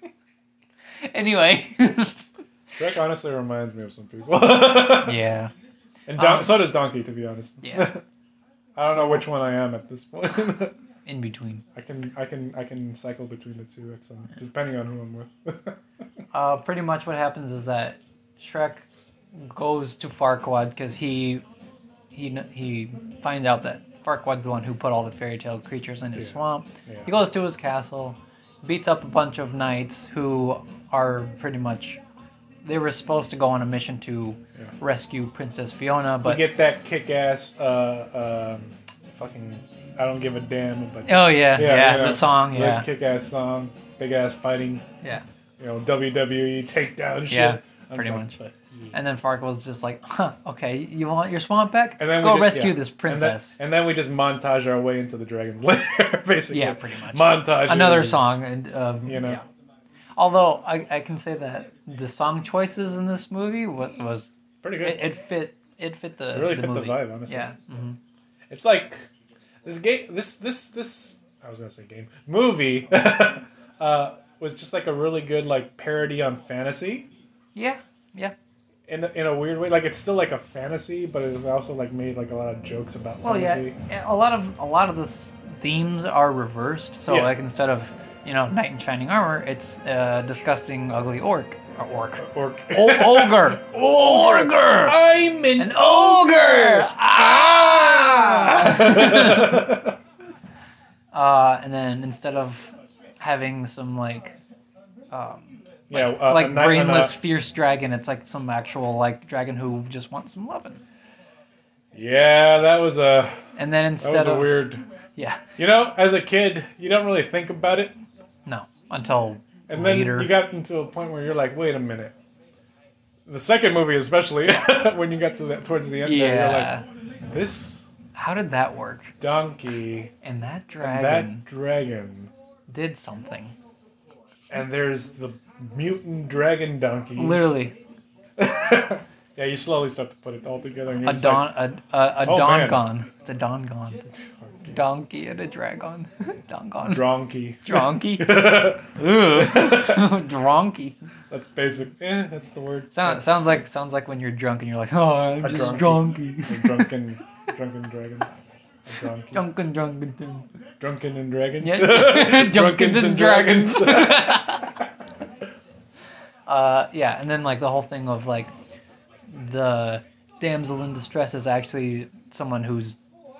A: later. anyway.
B: Shrek honestly reminds me of some people.
A: yeah.
B: and Don-
A: Um,
B: so does Donkey, to be honest.
A: Yeah.
B: I don't know which one I am at this point.
A: In between.
B: I can I can I can cycle between the two at some depending on who I'm with.
A: uh, pretty much what happens is that Shrek goes to Farquaad because he he kn- he finds out that Farquaad's the one who put all the fairy tale creatures in his
B: Yeah.
A: swamp.
B: Yeah.
A: He goes to his castle, beats up a bunch of knights who are pretty much they were supposed to go on a mission to
B: Yeah.
A: rescue Princess Fiona,
B: We
A: but
B: get that kick ass uh, um, fucking I don't give a damn but
A: oh yeah, yeah, the song, yeah,
B: kick ass song, big ass fighting,
A: yeah.
B: you know, WWE takedown shit.
A: Yeah,
B: I'm
A: pretty
B: just
A: much.
B: like, "Fuck you."
A: And then Farquaad's just like, huh, okay, you want your swamp back?
B: And then we
A: go
B: ju-
A: rescue
B: yeah.
A: this
B: And then-
A: princess.
B: And then, we just montage our way into the dragon's lair, basically.
A: Yeah, pretty much.
B: Montage.
A: another
B: is-
A: song and um,
B: You know.
A: yeah. although I, I can say that the song choices in this movie was, was
B: Pretty good.
A: it, it fit it fit the
B: It really
A: the
B: fit the
A: movie.
B: vibe, honestly.
A: yeah mhm.
B: It's like this game. This this this. I was gonna say game movie. uh, was just like a really good like parody on fantasy.
A: yeah yeah
B: In, in a weird way, like it's still like a fantasy, but it was also like made like a lot of jokes about
A: well
B: fantasy.
A: yeah, yeah a lot of a lot of the s- themes are reversed so
B: Yeah.
A: like instead of you know knight in shining armor it's uh, disgusting ugly orc or orc
B: Or
A: o- ogre ogre
B: I'm an,
A: an ogre ah!
B: Ah!
A: Uh, and then instead of having some like, um,
B: yeah, uh,
A: like
B: a knight on a-
A: brainless fierce dragon, it's like some actual like dragon who just wants some loving.
B: yeah, that was a
A: And then
B: that
A: instead
B: was a
A: of
B: weird.
A: yeah,
B: You know, as a kid, you don't really think about it,
A: no, until
B: and then
A: later.
B: you got into a point where you're like, wait a minute. The second movie, especially when you got to that towards the end,
A: yeah,
B: there, you're like, this
A: how did that work?
B: donkey,
A: And that
B: and
A: dragon
B: that dragon,
A: did something.
B: and there's the mutant dragon donkeys.
A: Literally,
B: Yeah, you slowly start to put it all together. And you're
A: a
B: just like,
A: don a a, a
B: Oh, man.
A: dongon. It's a dongon. Donkey and a dragon. dongon.
B: Donkey.
A: Donkey. Ooh, donkey.
B: That's basic. Eh, that's the word.
A: Sound,
B: That's
A: sounds like sounds like when you're drunk and you're like, oh, I'm
B: A
A: just
B: drunkie.
A: drunky,
B: a drunken, drunken dragon. A donkey.
A: drunken, drunken. drunken.
B: Drunken and dragon.
A: Yeah, drunkens
B: Drunkens
A: and
B: and
A: dragons.
B: dragons.
A: Uh, yeah, and then like the whole thing of like the damsel in distress is actually someone who's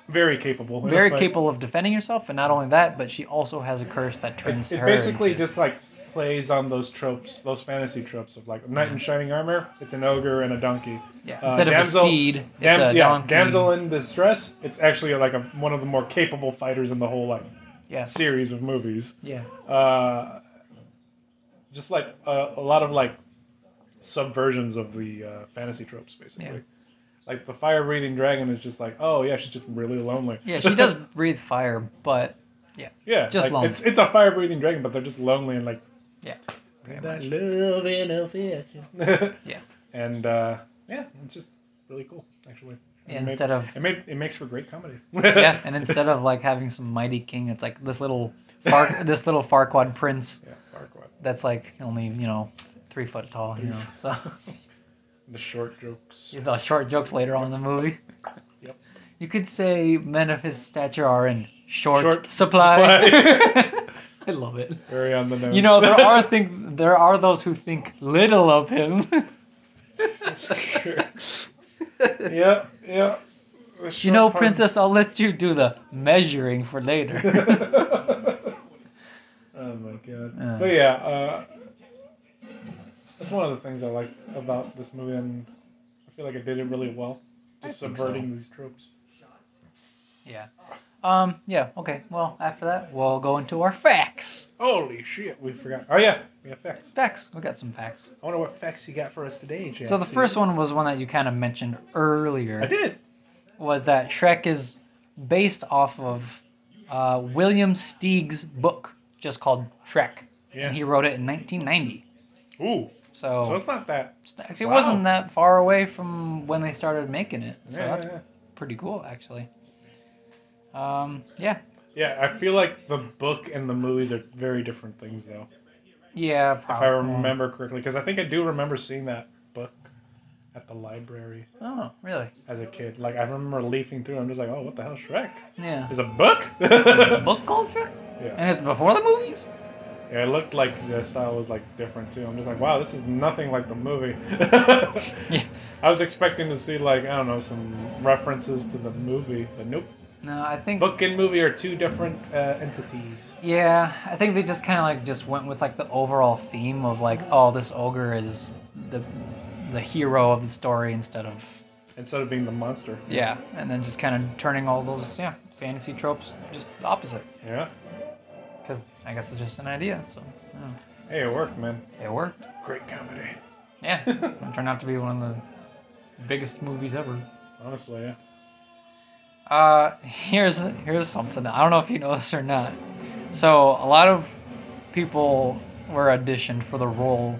B: Very capable. in a
A: very
B: fight.
A: capable of defending herself, and not only that, but she also has a curse that turns
B: It
A: her.
B: basically
A: into-
B: just like plays on those tropes, those fantasy tropes of like knight in shining armor, it's an ogre and a donkey.
A: Yeah.
B: Uh,
A: Instead
B: damsel-
A: of a steed,
B: Dams-
A: it's a
B: yeah,
A: donkey.
B: damsel in distress. It's actually like a, one of the more capable fighters in the whole like
A: Yeah.
B: series of movies.
A: Yeah.
B: Uh, just like uh, a lot of like subversions of the uh, fantasy tropes, basically.
A: Yeah.
B: Like the fire breathing dragon is just like, oh yeah, she's just really lonely.
A: Yeah. She does breathe fire, but yeah.
B: yeah,
A: just
B: like,
A: lonely.
B: It's it's a fire breathing dragon, but they're just lonely and like
A: Yeah. Pretty
B: that
A: much.
B: love in a fish.
A: Yeah.
B: and uh, yeah, it's just really cool actually.
A: Yeah,
B: It made-
A: instead of-
B: it made it makes for great comedy.
A: yeah, and instead of like having some mighty king, it's like this little far, this little Farquad prince
B: yeah, Farquaad.
A: that's like only you know three foot tall. You know, so
B: The short jokes.
A: the uh, short jokes later on in the movie.
B: Yep.
A: You could say men of his stature are in short,
B: Short
A: supply. I love it.
B: Very on the nose.
A: You know, there are think there are those who think little of him.
B: yeah, yeah. The
A: you
B: short
A: know,
B: part-
A: princess, I'll let you do the measuring for later.
B: Oh my god.
A: Uh.
B: But yeah, uh, that's one of the things I liked about this movie, and I feel like it did it really well, just
A: think
B: subverting these tropes.
A: yeah. Um. Yeah. Okay. Well, after that, we'll go into our facts.
B: Holy shit, we forgot. Oh yeah, we have facts.
A: Facts. We got some facts.
B: I wonder what facts you got for us today, Jack.
A: So the first one was one that you kind of mentioned
B: I
A: earlier.
B: did.
A: Was that Shrek is based off of uh, William Steig's book, just called Shrek,
B: Yeah.
A: and he wrote it in 1990.
B: Ooh,
A: So,
B: so it's not that.
A: actually,
B: wow.
A: it wasn't that far away from when they started making it. So
B: yeah,
A: that's
B: yeah,
A: pretty cool, actually. Um, yeah,
B: yeah. Yeah, I feel like the book and the movies are very different things, though.
A: Oh, yeah,
B: if
A: probably.
B: I remember correctly, because I think I do remember seeing that book at the library
A: Oh, really?
B: as a kid. Like I remember leafing through, it, I'm just like, oh, what the hell, Shrek?
A: Yeah.
B: There's a book.
A: book culture?
B: yeah.
A: And it's before the movies?
B: yeah, it looked like the style was like different too. I'm just like, wow, this is nothing like the movie.
A: Yeah.
B: I was expecting to see like I don't know some references to the movie, but nope.
A: No, I think
B: Book and movie are two different uh, entities.
A: Yeah, I think they just kind of like just went with like the overall theme of like, oh, this ogre is the the hero of the story instead of
B: Instead of being the monster.
A: yeah, and then just kind of turning all those yeah fantasy tropes just opposite
B: Yeah.
A: because I guess it's just an idea, so I don't know.
B: Hey, it worked, man.
A: it worked.
B: Great comedy.
A: Yeah, it turned out to be one of the biggest movies ever.
B: Honestly, yeah.
A: Uh, here's here's something. I don't know if you know this or not. So a lot of people were auditioned for the role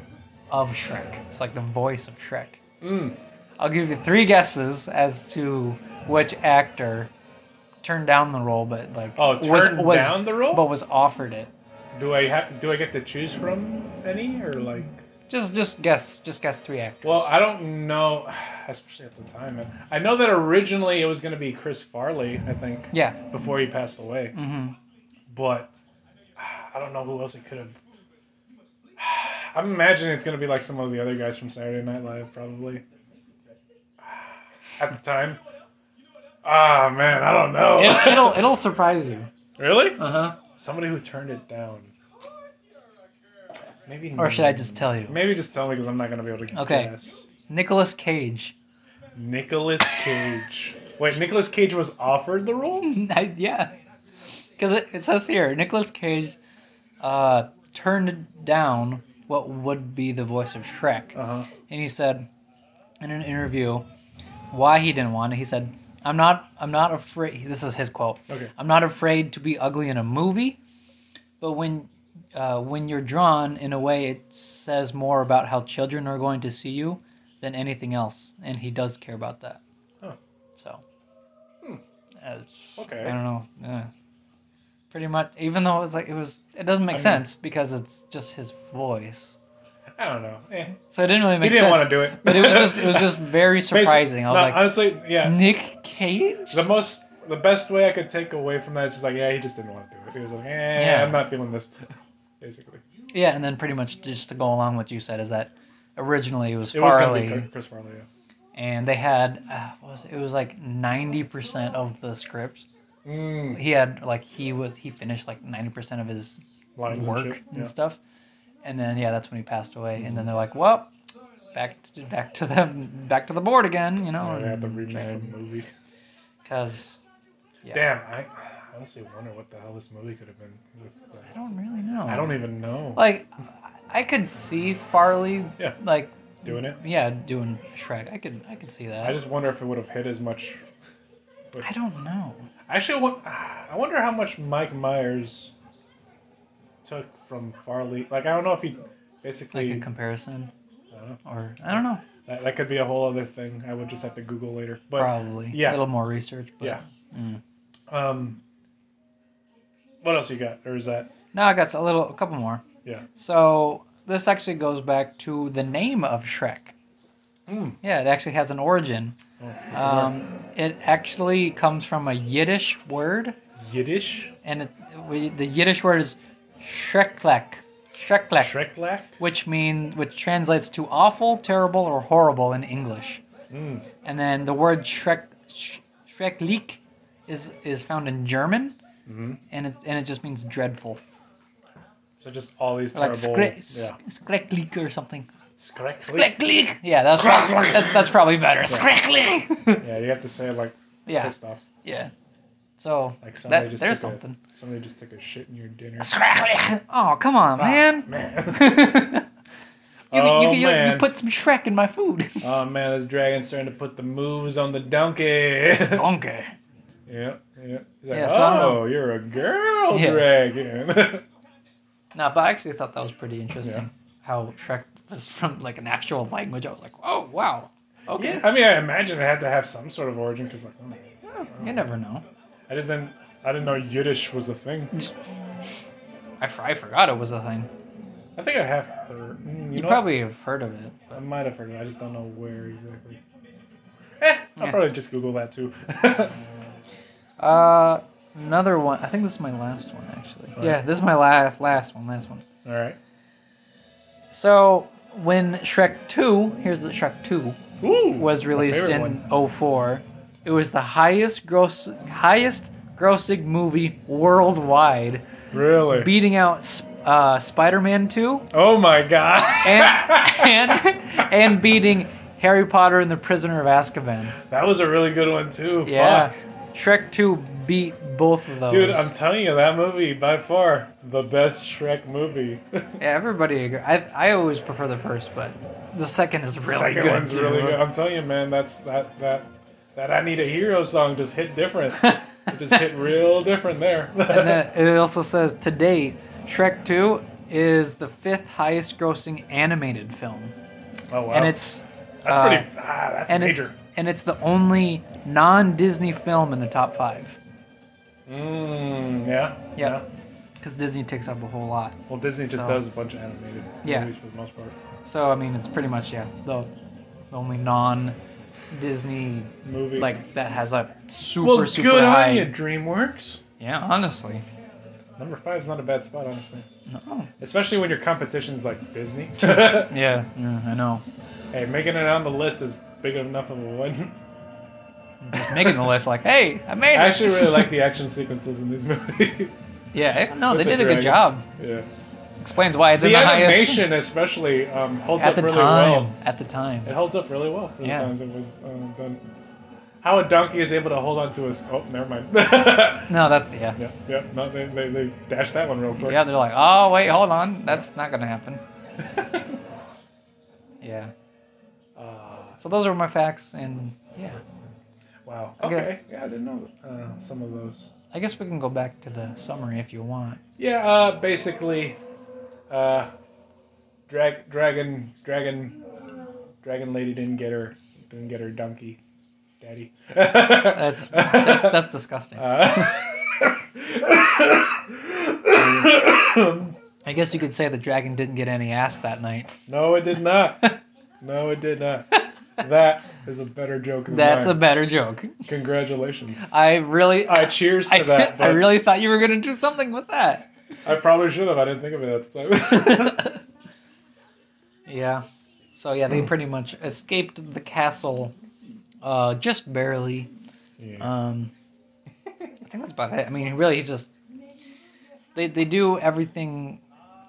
A: of Shrek. It's like the voice of Shrek.
B: Hmm.
A: I'll give you three guesses as to which actor turned down the role, but like
B: Oh, turned down the role?
A: but was offered it.
B: Do I have? Do I get to choose from any or like?
A: Just just guess, just guess three actors.
B: Well, I don't know, especially at the time. man. I know that originally it was going to be Chris Farley, I think,
A: yeah,
B: before he passed away. Mm-hmm. But ah, I don't know who else it could have. I'm imagining it's going to be like some of the other guys from Saturday Night Live, probably. Ah, At the time. Ah man, I don't know.
A: it, it'll it'll surprise you.
B: really?
A: Uh huh.
B: Somebody who turned it down. Maybe.
A: Or should I just tell you?
B: Maybe just tell me because I'm not gonna be able to
A: Okay.
B: guess.
A: Nicolas Cage.
B: Nicholas Cage. Wait, Nicholas Cage was offered the role?
A: I, yeah, because it, it says here Nicolas Cage uh, turned down what would be the voice of Shrek,
B: Uh-huh.
A: and he said in an interview why he didn't want it. He said, "I'm not. I'm not afraid." This is his quote.
B: Okay.
A: I'm not afraid to be ugly in a movie, but when uh, when you're drawn in a way, it says more about how children are going to see you than anything else, and he does care about that.
B: Huh. Hmm.
A: So. Uh, That's-
B: Okay.
A: I don't know. Yeah. Pretty much, even though it was like it was, it doesn't make
B: I mean-
A: sense because it's just his voice.
B: I don't know. Eh,
A: So it didn't really
B: he
A: make
B: didn't
A: sense.
B: want to do it.
A: but it was just, it was just very
B: Basi-
A: surprising. I was
B: no,
A: like, "Hmm."
B: honestly, yeah.
A: Nick Cage.
B: The most, the best way I could take away from that is just like, yeah, he just didn't want to do it. He was like, eh,
A: Yeah.
B: I'm not feeling this. Basically,
A: Yeah, and then pretty much just to go along with what you said is that originally it was
B: it was
A: Farley,
B: gonna be Chris- Chris Farley. Yeah.
A: and they had uh, what was it? it was like ninety percent of the script.
B: Mm,
A: Hmm. He had like he was he finished like ninety percent of his
B: lines
A: work
B: and
A: and,
B: shit. Yeah.
A: stuff. and then yeah, that's when he passed away. And then they're like, well, back to, back to the back to the board again, you know,
B: I'd have to remake Oh, the movie.
A: because Mm, Yeah.
B: Damn, I I honestly wonder what the hell this movie could have been. With,
A: I
B: uh,
A: don't really know.
B: I don't even know.
A: like. I could see Farley
B: Yeah.
A: like
B: Doing it.
A: yeah doing Shrek. I could I could see that.
B: I just wonder if it would have hit as much.
A: I don't know.
B: Actually, I won- I wonder how much Mike Myers took from Farley. Like, I don't know if he
A: Like
B: basically.
A: a comparison,
B: dunno.
A: or I don't know.
B: that, that could be a whole other thing. I would just have to Google later. But
A: Probably. A
B: yeah.
A: little more research. But
B: yeah.
A: Mm.
B: Um. What else you got? Or is that?
A: No, I got a little, a couple more.
B: Yeah.
A: So this actually goes back to the name of Shrek.
B: Mm.
A: Yeah, it actually has an origin.
B: Oh, what's the
A: Um, it actually comes from a Yiddish word,
B: word? Yiddish.
A: and it, we, the Yiddish word is Shreklek. Shreklek.
B: Shreklack.
A: which mean which translates to awful, terrible, or horrible in English.
B: Mm.
A: And then the word Shrek Sh- Schrecklich is is found in German,
B: Mhm.
A: and it and it just means dreadful,
B: So just all these
A: like
B: terrible.
A: skre-
B: yeah.
A: Schrecklich or something.
B: Skreklik.
A: Schrecklich. Yeah, that's probably,
B: Schrecklich.
A: that's that's probably better. Schrecklich.
B: Yeah, you have to say it like
A: yeah,
B: pissed off.
A: yeah. So
B: Like somebody
A: that,
B: just
A: there's
B: took
A: something.
B: A, somebody just took a shit in your dinner.
A: Schrecklich. Oh come on, man.
B: Ah, Man.
A: You,
B: Oh,
A: you, you, you
B: man.
A: put some Shrek in my food.
B: Oh man, this dragon's starting to put the moves on the donkey. yeah,
A: Donkey.
B: yeah. He's like,
A: Yeah, so I don't
B: oh, you're a girl
A: Yeah.
B: dragon.
A: No, but I actually thought that was pretty interesting. How Shrek was from like an actual language. I was like, oh wow, okay.
B: I mean, I imagine it had to have some sort of origin because, like, oh,
A: You never know.
B: I just didn't, I didn't know Yiddish was a thing.
A: I, f- I forgot it was a thing.
B: I think I have heard. mm, you
A: You,
B: know what?
A: probably have heard of it.
B: I
A: But
B: might have heard it. I just don't know where exactly. Eh, I'll
A: Yeah.
B: probably just Google that too.
A: uh, another one. I think this is my last one actually. Yeah, this is my last last one. Last one.
B: All right.
A: So when Shrek Two, here's the Shrek Two
B: Ooh,
A: was
B: my
A: released
B: favorite
A: in
B: one.
A: 04. It was the highest gross highest grossing movie worldwide,
B: Really?
A: beating out Sp- uh, Spider-Man Two.
B: oh my god.
A: Eh. and and, and beating Harry Potter and the Prisoner of Azkaban.
B: that was a really good one too.
A: Yeah,
B: Fuck.
A: Shrek Two beat both of those.
B: Dude, I'm telling you, that movie by far the best Shrek movie.
A: yeah, everybody agree. I I always prefer the first, but the second is really
B: Second
A: good
B: one's
A: too.
B: really good. I'm telling you, man, that's that that that I Need a Hero song just hit different. it just hit real different there.
A: and then it also says to date, Shrek Two is the fifth highest grossing animated film,
B: oh wow,
A: and it's
B: that's
A: uh,
B: pretty. Ah, that's
A: and it-
B: major.
A: and it's the only non-Disney film in the top five.
B: Mm, yeah,
A: Yeah, because Disney takes up a whole lot.
B: Well, Disney just
A: So-
B: does a bunch of animated
A: Yeah.
B: movies for the most part.
A: So I mean, it's pretty much yeah the, the only non Disney
B: Movie.
A: like that has a super
B: well,
A: super
B: good
A: high.
B: on you, DreamWorks.
A: Yeah, honestly,
B: Number five's not a bad spot, honestly.
A: no.
B: Especially when your competition's like Disney.
A: Yeah, yeah, I know.
B: hey, making it on the list is big enough of a win.
A: Just making the list like, hey, I made it.
B: I actually really like the action sequences in these movies.
A: yeah, I- no, Oh, they
B: With the
A: did a good
B: dragon.
A: job.
B: yeah.
A: Explains why it's
B: the,
A: in the highest
B: animation especially um, holds
A: at
B: up
A: the
B: really
A: time.
B: well.
A: At the time,
B: It holds up really well for
A: Yeah.
B: the times it was um, done. How a donkey is able to hold on to a s oh never mind. yeah,
A: no, that's yeah. yeah.
B: yeah, no, they, they, they dashed that one real quick.
A: they're like, oh wait, hold on, that's not gonna happen. yeah.
B: Ah,
A: So those are my facts, and yeah,
B: wow.
A: Okay.
B: Okay. Yeah, I didn't know uh, some of those.
A: I guess we can go back to the summary if you want.
B: Yeah, uh, basically, uh, drag dragon dragon dragon lady didn't get her didn't get her donkey, daddy.
A: That's that's, that's disgusting.
B: Uh,
A: I guess you could say the dragon didn't get any ass that night.
B: No, it did not. no, it did not. That is a better joke than
A: That's a
B: mine.
A: better joke.
B: Congratulations.
A: I really, I,
B: I cheers to that.
A: I
B: but
A: really thought you were gonna do something with that.
B: I probably should have. I didn't think of it at the time.
A: Yeah. So yeah, they pretty much escaped the castle, uh, just barely.
B: yeah.
A: Um, I think that's about it. I mean, really, he's just they they do everything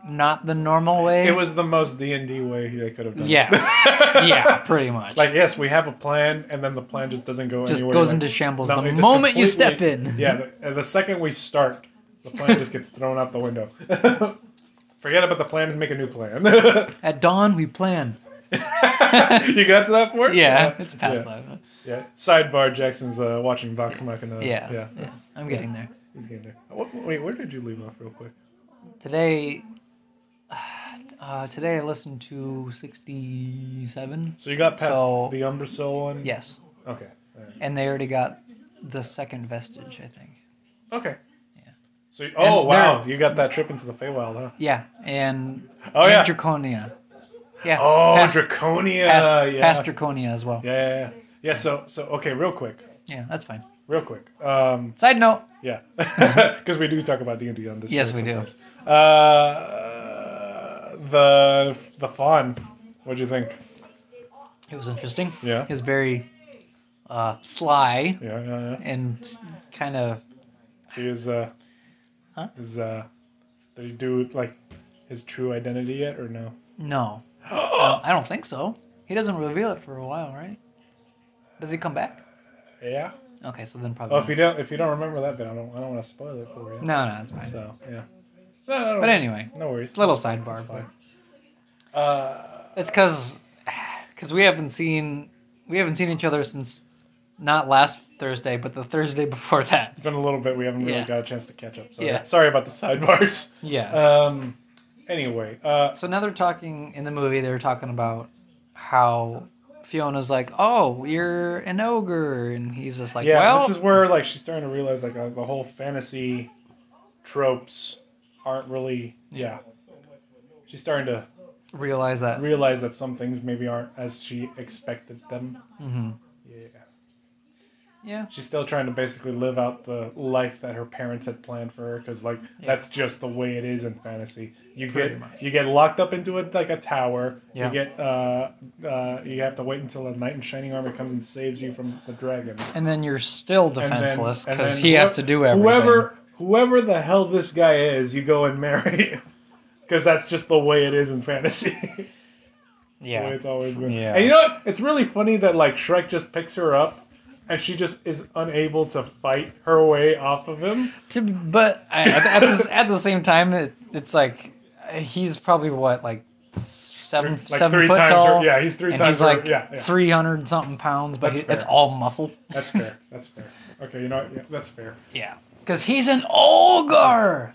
A: not the normal way.
B: It was the most D and D way they could have done. it.
A: Yes. yeah, pretty much.
B: Like yes, we have a plan, and then the plan just doesn't go
A: just
B: anywhere.
A: goes
B: Like,
A: into shambles
B: no,
A: the
B: it just
A: moment you
B: completely-
A: step in.
B: Yeah, the, uh, the second we start, the plan just gets thrown out the window. Forget about the plan and make a new plan. you
A: At dawn, we plan.
B: got to that part?
A: Yeah, it's past
B: yeah,
A: that.
B: Yeah. Sidebar: Jackson's uh, watching Vox Machina.
A: Yeah.
B: yeah.
A: yeah. I'm getting there.
B: He's getting there. What, wait, where did you leave off, real quick?
A: Today, uh, today I listened to 67.
B: So you got past
A: So-
B: the Umbrasol one.
A: Yes.
B: Okay. all right.
A: And they already got the second vestige, I think.
B: Okay. So you, oh
A: And
B: wow, you got that trip into the Feywild, huh?
A: Yeah. And,
B: Oh,
A: and
B: yeah.
A: Draconia. Yeah.
B: Oh,
A: past,
B: Draconia.
A: past-
B: yeah.
A: past Draconia as well. Yeah.
B: yeah, yeah, yeah. Yeah, So, so okay, real quick,
A: that's fine.
B: real quick. Um,
A: Side note.
B: yeah, because we do talk about D and D on this.
A: Yes,
B: show
A: we do.
B: sometimes. Uh, the the fawn. What'd you think?
A: It was interesting.
B: Yeah.
A: It's very uh, sly
B: Yeah, yeah, yeah.
A: and s- kind of
B: See his uh,
A: Huh?
B: his uh, did he do like his true identity yet or no?
A: no.
B: Oh.
A: Uh, I don't think so. He doesn't reveal it for a while, right? Does he come back?
B: Yeah.
A: Okay, so then probably.
B: Oh, if you don't if you don't remember that bit, I don't I don't want to spoil it for you.
A: No, no, it's fine.
B: So yeah. No, no, no,
A: But anyway,
B: no worries.
A: it's a little sidebar,
B: fine. Uh,
A: but it's because because we haven't seen we haven't seen each other since not last Thursday, but the Thursday before that.
B: It's been a little bit. We haven't really
A: Yeah.
B: got a chance to catch up. So
A: Yeah.
B: sorry about the sidebars.
A: Yeah.
B: Um. Anyway. Uh.
A: so now they're talking in the movie. They're talking about how Fiona's like, "Oh, you're an ogre," and he's just like,
B: Yeah.
A: "Well,
B: this is where like she's starting to realize like uh, the whole fantasy tropes aren't really. Yeah. She's starting to
A: realize that."
B: realize that some things maybe aren't as she expected them.
A: Mhm.
B: Yeah.
A: Yeah,
B: She's still trying to basically live out the life that her parents had planned for her because like that's just the way it is in fantasy. You
A: Pretty
B: get
A: much.
B: you get locked up into it like a tower.
A: Yeah.
B: You get uh, uh, you have to wait until a knight in shining armor comes and saves you from the dragon.
A: and then you're still
B: And then-
A: defenseless
B: and
A: because
B: then
A: he has
B: whoever-
A: to do everything.
B: Whoever whoever the hell this guy is, you go and marry. Because that's just the way it is in fantasy. yeah.
A: yeah,
B: it's always been.
A: Yeah.
B: And you know what? It's really funny that like Shrek just picks her up and she just is unable to fight her way off of him.
A: To- but I, at, at, the, at the same time, it, it's like uh, he's probably what like s- seven
B: Like
A: seven
B: three
A: foot
B: times her-
A: tall.
B: yeah, he's three
A: and
B: times
A: he's
B: her-
A: like
B: yeah, yeah.
A: three hundred something pounds, but
B: That's
A: he, it's
B: fair.
A: all muscle.
B: That's fair. That's fair. Okay, you know what? Yeah, that's fair.
A: Yeah, because he's an ogre.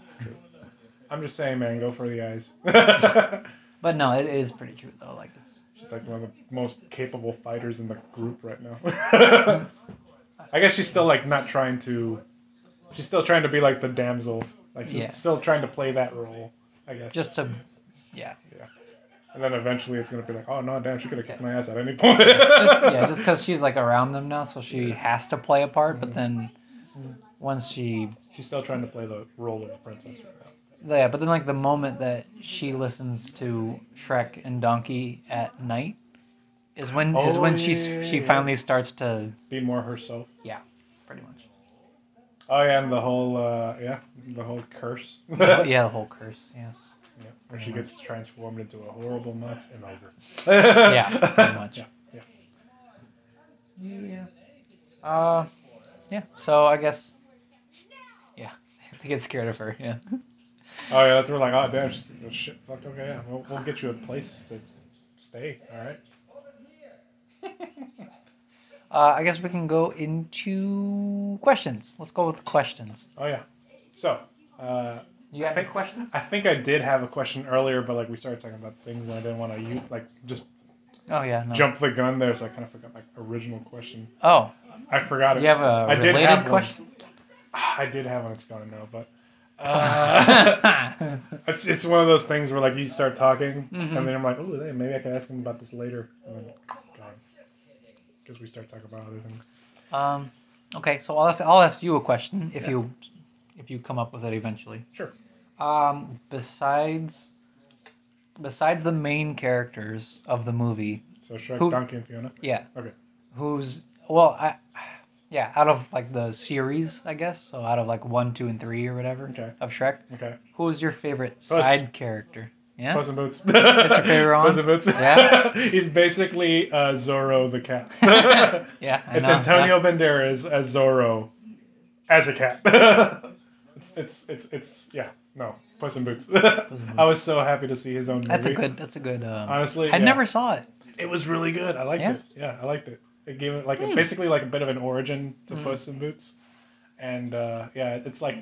B: I'm just saying, man, go for the eyes.
A: But no, it is pretty true though. Like it's
B: she's like one of the most capable fighters in the group right now.
A: Mm.
B: I guess she's still like not trying to. She's still trying to be like the damsel. Like she's
A: Yeah.
B: still trying to play that role. I guess.
A: just to, yeah,
B: and then eventually it's gonna be like, oh no, damn, she could have kicked my ass at any point.
A: just yeah, just because she's like around them now, so she has to play a part.
B: Mm-hmm.
A: But then once she,
B: she's still trying to play the role of the princess right now.
A: yeah, but then like the moment that she listens to Shrek and Donkey at night is when is
B: Oh,
A: when
B: yeah,
A: she's
B: yeah,
A: she
B: yeah.
A: finally starts to
B: Be more herself.
A: yeah, pretty much
B: Oh yeah, and the whole uh, yeah, the whole curse.
A: Oh, yeah, the whole curse yes
B: Yeah, where
A: Mm-hmm.
B: she gets transformed into a horrible nut and ogre.
A: yeah pretty much
B: Yeah, yeah.
A: yeah uh yeah so I guess yeah they get scared of her yeah.
B: Oh yeah, that's where like, oh damn, sh- oh, shit, fuck, okay, yeah, we'll, we'll get you a place to stay. All right.
A: Uh, I guess we can go into questions. Let's go with questions.
B: Oh yeah. So, uh,
A: You
B: got any
A: questions?
B: I think I did have a question earlier, but like we started talking about things, and I didn't want to you like just
A: Oh yeah. No.
B: jump the gun there, so I kind of forgot my original question.
A: Oh,
B: I forgot it.
A: you have a
B: I did
A: related
B: have one.
A: question.
B: I did have one. It's gone now, but. Uh, it's, it's one of those things where like you start talking
A: Mm-hmm.
B: and then I'm like, oh, maybe I can ask him about this later. And then gone. Because we start talking about other things.
A: Um, okay, so I'll ask, I'll ask you a question if you if you come up with it eventually.
B: Sure.
A: Um, besides besides the main characters of the movie,
B: So Shrek,
A: Who-
B: Donkey, and Fiona.
A: yeah,
B: Okay.
A: who's well, I yeah, out of like the series, I guess. So out of like one, two, and three or whatever
B: Okay.
A: of Shrek,
B: Okay.
A: who was your favorite side character? Yeah,
B: Puss in Boots.
A: your favorite one?
B: Puss in Boots.
A: Yeah.
B: He's basically uh, Zorro the cat.
A: yeah. I
B: It's
A: know,
B: Antonio Banderas as Zorro, as a cat. it's, it's it's it's yeah no Puss in Boots. I was so happy to see his own movie.
A: That's a good. That's a good. Um,
B: Honestly,
A: I
B: yeah.
A: never saw it.
B: It was really good. I liked
A: Yeah? Hmm.
B: it. Yeah, I liked it. It gave it like a, basically like a bit of an origin to Puss in Boots, and uh, yeah, it's like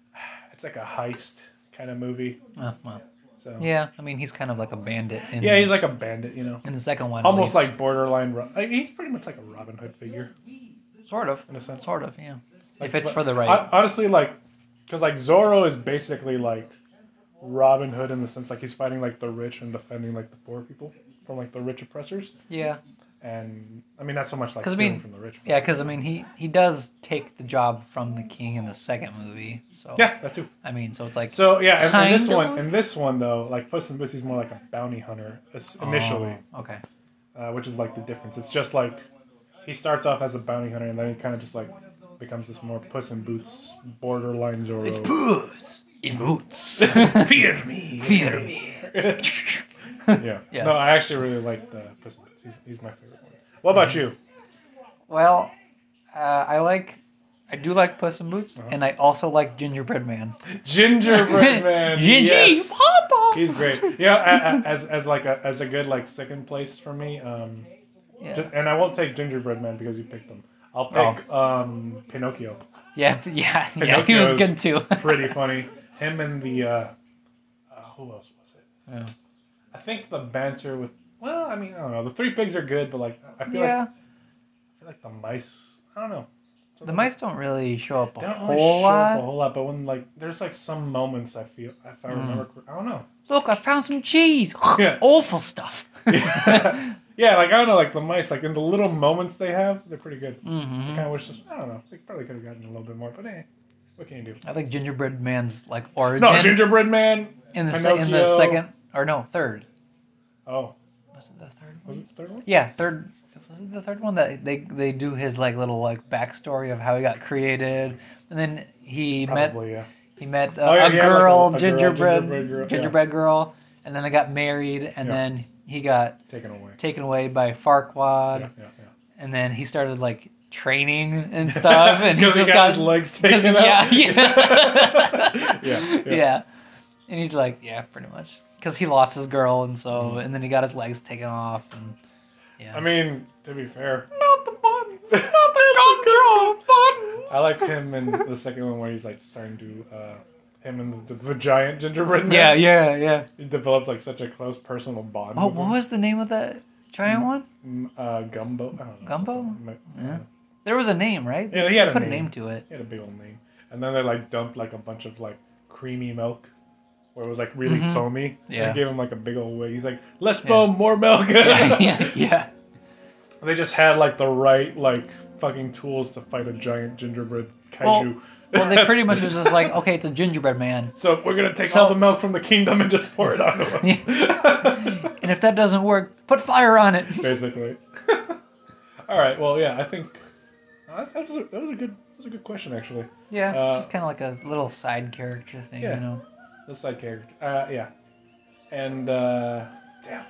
B: it's like a heist kind of movie.
A: Oh, well.
B: So
A: Yeah, I mean he's kind of like a bandit. In,
B: yeah, he's like a bandit, you know,
A: in the second one. at
B: almost
A: least.
B: like borderline. Ro- like, he's pretty much like a Robin Hood figure.
A: sort of,
B: in a sense.
A: sort of. Yeah, if
B: Like,
A: it's
B: but
A: for the right.
B: hon- honestly, like, because like Zorro is basically like Robin Hood in the sense like he's fighting like the rich and defending like the poor people from like the rich oppressors.
A: yeah,
B: And I mean, not so much like
A: 'Cause, I
B: stealing
A: mean,
B: from the rich. but-
A: yeah, because I mean he he does take the job from the king in the second movie. So
B: yeah, that too.
A: I mean, so it's like oh,
B: So yeah, and, and this
A: Kind
B: one,
A: of.
B: and this one though, like Puss in Boots, he's more like a bounty hunter as- initially,
A: Oh, okay.
B: uh, which is like the difference. It's just like he starts off as a bounty hunter, and then he kind of just like becomes this more Puss in Boots borderline Zorro.
A: Boots in boots.
B: Fear me.
A: Fear me.
B: Yeah.
A: Yeah.
B: No, I actually really like the Puss in Boots. He's, he's my favorite one. What about you?
A: Well, uh, I like. I do like Puss in Boots,
B: Uh-huh.
A: and I also like Gingerbread Man.
B: Gingerbread Man.
A: Gigi,
B: yes.
A: Papa.
B: He's great. Yeah, a- a- as as like a as a good like second place for me. Um,
A: Yeah,
B: ju- and I won't take Gingerbread Man because you picked them. I'll
A: Oh.
B: pick um Pinocchio.
A: yeah, p- yeah, yeah. He was good too.
B: Pretty funny. Him and the uh, uh who else was it?
A: Yeah.
B: I think the banter with well, I mean I don't know. The three pigs are good, but like I feel like
A: yeah,
B: I feel like the mice. I don't know.
A: the mice don't really show up
B: They
A: a
B: don't
A: whole
B: really show up a
A: lot.
B: whole lot, but when like there's like some moments I feel if
A: Hmm.
B: I remember, cor- I don't know.
A: Look, I found some cheese.
B: Yeah.
A: Awful stuff.
B: Yeah, like I don't know, like the mice, like in the little moments they have, they're pretty good. I
A: hmm
B: kind of wish, this, I don't know, they probably could have gotten a little bit more, but hey, what can you do?
A: I think Gingerbread Man's like origin
B: No, Gingerbread Man.
A: in the se- in the
B: Pinocchio.
A: second or no third
B: Oh,
A: was it the third one?
B: was it the third one?
A: Yeah, third. Was it the third one that they they do his like little like backstory of how he got created, and then he met
B: Probably, yeah.
A: he met uh,
B: Oh, yeah,
A: a,
B: yeah, like a-
A: girl,
B: a girl,
A: gingerbread
B: gingerbread
A: gingerbread
B: girl,
A: girl,
B: yeah.
A: and then they got married, and
B: Yeah.
A: then he got
B: Taken away.
A: taken away by Farquaad,
B: Yeah, yeah, yeah.
A: and then he started like training and stuff, and he
B: 'Cause he
A: just
B: got
A: got
B: his legs
A: 'cause-
B: taken out.
A: yeah, yeah.
B: Yeah, yeah.
A: yeah. And he's like, yeah, pretty much. Because he lost his girl, and so,
B: Mm-hmm.
A: and then he got his legs taken off, and yeah.
B: I mean, to be fair,
A: not the buttons, not the control buttons.
B: I liked him in the second one where he's like starting to, uh, him and the, the, giant gingerbread man.
A: Yeah, yeah, yeah.
B: He develops like such a close personal bond.
A: Oh,
B: with him.
A: what was the name of that giant one?
B: Mm, uh, gumbo. I don't know,
A: Gumbo?
B: something like-
A: Yeah. There was a name, right?
B: Yeah, he had a
A: Put
B: name.
A: a name to it.
B: He had a big old name. And then they like dumped like a bunch of like creamy milk, where it was like really foamy.
A: Mm-hmm. Yeah.
B: And they gave him like a big old wig. He's like, less foam, more milk.
A: yeah, yeah, yeah.
B: They just had like the right like fucking tools to fight a giant gingerbread
A: Well-
B: kaiju.
A: Well, they pretty much was just like, okay, it's a gingerbread man.
B: so we're gonna take
A: So-
B: all the milk from the kingdom and just pour it on him.
A: And if that doesn't work, put fire on it.
B: Basically. all right. Well, yeah. I think uh, that was a, that was a good that was a good question actually.
A: Yeah,
B: Uh,
A: just kind of like a little side character thing,
B: Yeah.
A: you know.
B: The side character. Uh, yeah. And uh, damn, I'm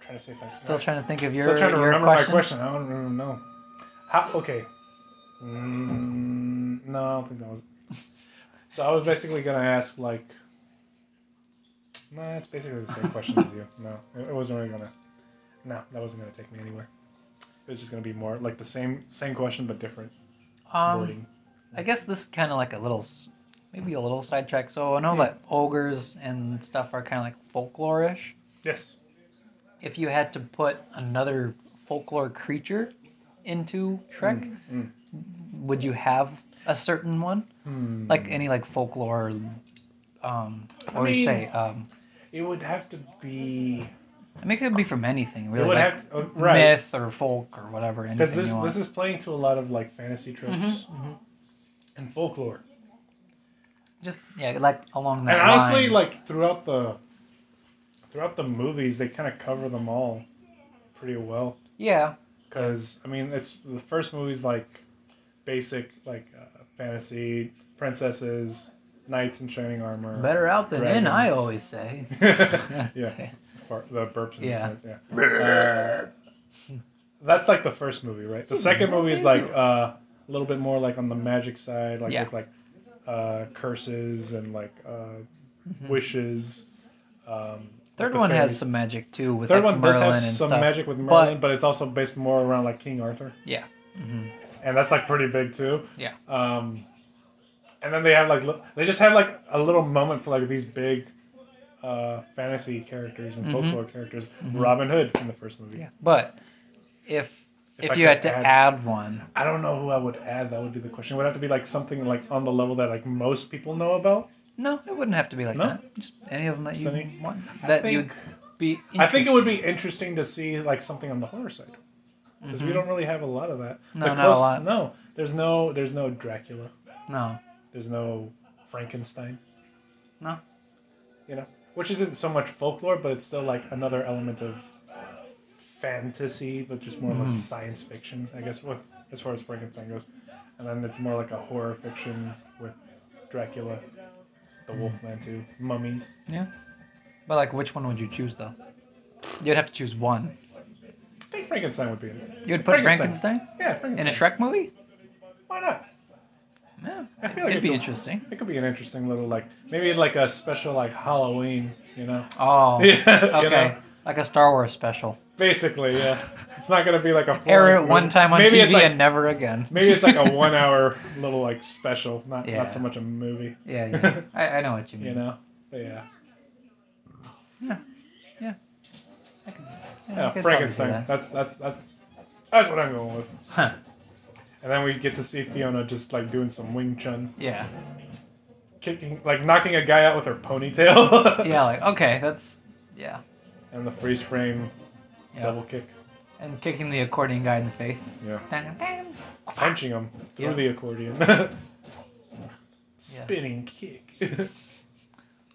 B: trying to see if I
A: Still trying to think of your,
B: Still trying to
A: your
B: remember
A: question.
B: my question. I don't even know. How? Okay. Mm, no, I don't think that was. So I was basically gonna ask like. Nah, it's basically the same question as you. No, it, it wasn't really gonna. No, that wasn't gonna take me anywhere. It was just gonna be more like the same same question but different
A: Um,
B: wording.
A: I guess this is kind of like a little, s- maybe a little sidetrack. So I know that ogres and stuff are kind of like folklorish.
B: Yes.
A: If you had to put another folklore creature into Shrek,
B: Mm,
A: would you have a certain one?
B: Hmm.
A: Like any like folklore, um, what do you
B: mean-
A: say? Um,
B: It would have to be.
A: I mean, it could be from anything,
B: It
A: really.
B: would
A: like
B: have to, oh, right.
A: myth or folk or whatever. Anything
B: Because this
A: you want. Mm-hmm,
B: this is playing to a lot of like fantasy tropes and folklore.
A: just yeah, like along that
B: and honestly,
A: line.
B: like throughout the throughout the movies, they kind of cover them all pretty well.
A: yeah,
B: Because I mean, it's the first movie's like basic like uh, fantasy princesses, knights in shining armor.
A: Better out than in, I
B: dragons.
A: always say.
B: yeah, Fart- the burps. And
A: Yeah.
B: The farts, yeah. Uh, that's like the first movie, right? The second movie is like uh, a little bit more like on the magic side, like
A: Yeah.
B: with like uh, curses and like uh,
A: Mm-hmm.
B: wishes. Um,
A: Third
B: the
A: one has
B: fairies.
A: some magic too with
B: Third
A: like
B: one
A: Merlin
B: does have
A: and
B: some
A: stuff.
B: magic with
A: But-
B: Merlin, but it's also based more around like King Arthur,
A: Yeah,
B: and that's like pretty big too.
A: yeah.
B: Um, and then they have like li- they just have like a little moment for like these big uh, fantasy characters and folklore characters. Robin Hood in the first movie.
A: Mm-hmm. Yeah. But if
B: If
A: if,
B: I
A: you had
B: could
A: to
B: add-
A: add, one,
B: I don't know who I would add. That would be the question. It would have to be like something like on the level that like most people know about.
A: no, it wouldn't have to be like
B: No?
A: that. Just any of them that you
B: Sunny?
A: want that
B: think-
A: you would be.
B: I think it would be interesting to see like something on the horror side because we don't really have a lot of that.
A: Mm-hmm. No,
B: The
A: not a lot.
B: No, there's no there's no Dracula.
A: interesting. no,
B: There's no Frankenstein.
A: no.
B: you know, which isn't so much folklore, but it's still like another element of fantasy, but just more
A: Mm-hmm.
B: like science fiction, I guess, with as far as Frankenstein goes. And then it's more like a horror fiction with Dracula, the
A: Mm.
B: Wolfman too, mummies.
A: Yeah, but like, which one would you choose though? You'd have to choose one.
B: I think Frankenstein would be in it.
A: You'd put
B: Frankenstein.
A: Frankenstein,
B: Yeah, Frankenstein.
A: in a Shrek movie.
B: Why not?
A: Yeah,
B: I feel like
A: it'd be
B: could-
A: interesting.
B: It could be an interesting little like maybe like a special like Halloween, you know?
A: Oh,
B: Yeah, you
A: okay,
B: know?
A: like a Star Wars special.
B: Basically, yeah. It's not gonna be like a
A: Air it
B: full-length
A: one
B: movie.
A: time on
B: Maybe
A: TV
B: it's like
A: and never again.
B: Maybe it's like a one hour little like special, not
A: Yeah. Mm.
B: not so much a movie,
A: Yeah, yeah. I, I know what you mean.
B: you know. But yeah,
A: I could, yeah, I
B: yeah,
A: could probably see
B: Frankenstein.
A: that.
B: That's that's that's that's what I'm going with.
A: Huh.
B: And then we get to see Fiona just like doing some Wing Chun,
A: Yeah.
B: kicking like knocking a guy out with her ponytail,
A: Yeah, like okay, that's yeah.
B: and the freeze frame
A: yeah.
B: double kick,
A: And kicking the accordion guy in the face.
B: yeah,
A: Dun, dun.
B: punching him through
A: Yeah.
B: the accordion, spinning kick,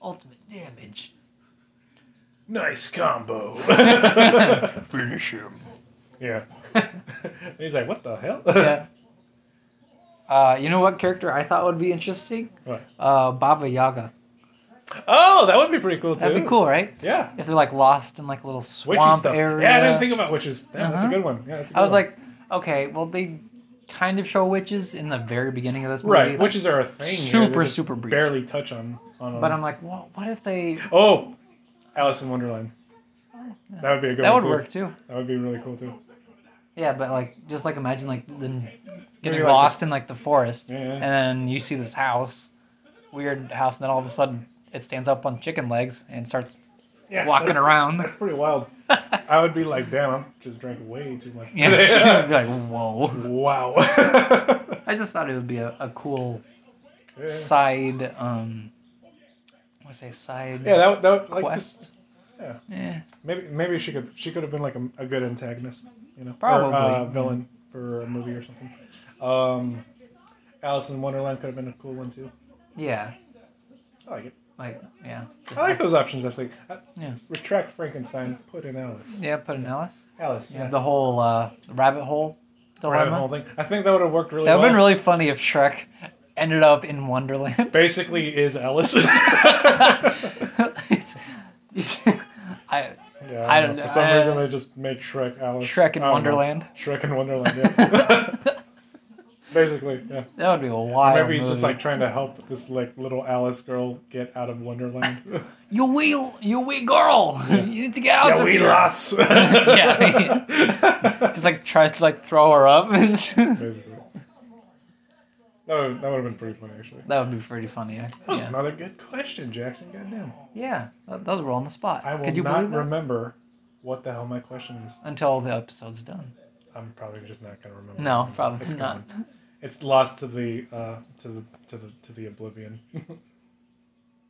A: Ultimate damage.
B: nice combo.
A: Finish him.
B: yeah, And he's like, what the hell?
A: Yeah. Uh, you know what character I thought would be interesting?
B: What?
A: Uh, Baba Yaga.
B: Oh, that would be pretty cool too.
A: That'd be cool, right?
B: Yeah.
A: If they're like lost in like a little
B: witchy
A: swamp
B: stuff.
A: area.
B: Yeah, I didn't think about witches. Yeah, That's a
A: Uh-huh.
B: good one. Yeah, that's a good
A: I was
B: one.
A: like, okay, well they kind of show witches in the very beginning of this movie.
B: right,
A: like,
B: witches are a thing. here.
A: super,
B: They just
A: super brief.
B: Barely touch on. on
A: But I'm like, well, what if they?
B: oh, Alice in Wonderland. That would be a good.
A: That
B: one
A: would
B: too.
A: work too.
B: That would be really cool too.
A: Yeah, but like just like imagine like them getting
B: like
A: lost in like the forest,
B: Yeah, yeah.
A: and then you see this house, weird house, and then all of a sudden it stands up on chicken legs and starts
B: Yeah,
A: walking
B: that's,
A: around.
B: That's pretty wild. I would be like, damn, I'm just drank way too much.
A: Yeah, it's like whoa.
B: wow.
A: I just thought it would be a, a cool
B: yeah.
A: side. um I say side
B: Yeah, that would- that would, like just
A: quest.
B: yeah.
A: Yeah.
B: maybe maybe she could she could have been like a, a good antagonist, you know, or
A: Probably,
B: uh,
A: yeah.
B: villain for a movie or something. Um, Alice in Wonderland could have been a cool one too.
A: Yeah.
B: I like it.
A: Like yeah.
B: I like those options. Actually, uh,
A: Yeah.
B: retract Frankenstein, put in Alice.
A: Yeah. Put an Alice.
B: Alice,
A: Yeah.
B: yeah,
A: The whole uh, rabbit hole dilemma.
B: rabbit hole thing. I think that would have worked really
A: That would
B: well.
A: have been really funny if Shrek ended up in Wonderland.
B: Basically, is Alice.
A: it's, you- I,
B: Yeah,
A: I don't know.
B: For some
A: I-
B: reason, they just make Shrek Alice.
A: Shrek in
B: I don't know.
A: Wonderland.
B: Shrek in Wonderland. Yeah. Basically, yeah.
A: That would be a wild.
B: Maybe he's just
A: movie.
B: like trying to help this like little Alice girl get out of Wonderland.
A: you wee, you wee girl. you need to get out
B: yeah,
A: of
B: we
A: here.
B: lost.
A: yeah, just like tries to like throw her up. And
B: Basically. That would, that would have been pretty funny, actually.
A: that would be pretty funny. Yeah,
B: That was
A: yeah.
B: another good question, Jackson. Goddamn.
A: yeah that, those were on the spot.
B: I will
A: Could you
B: not
A: believe that?
B: remember what the hell my question is.
A: Until the episode's done.
B: I'm probably just not gonna remember.
A: No, probably
B: It's
A: not.
B: gone. It's lost to the uh, to the to the to the oblivion.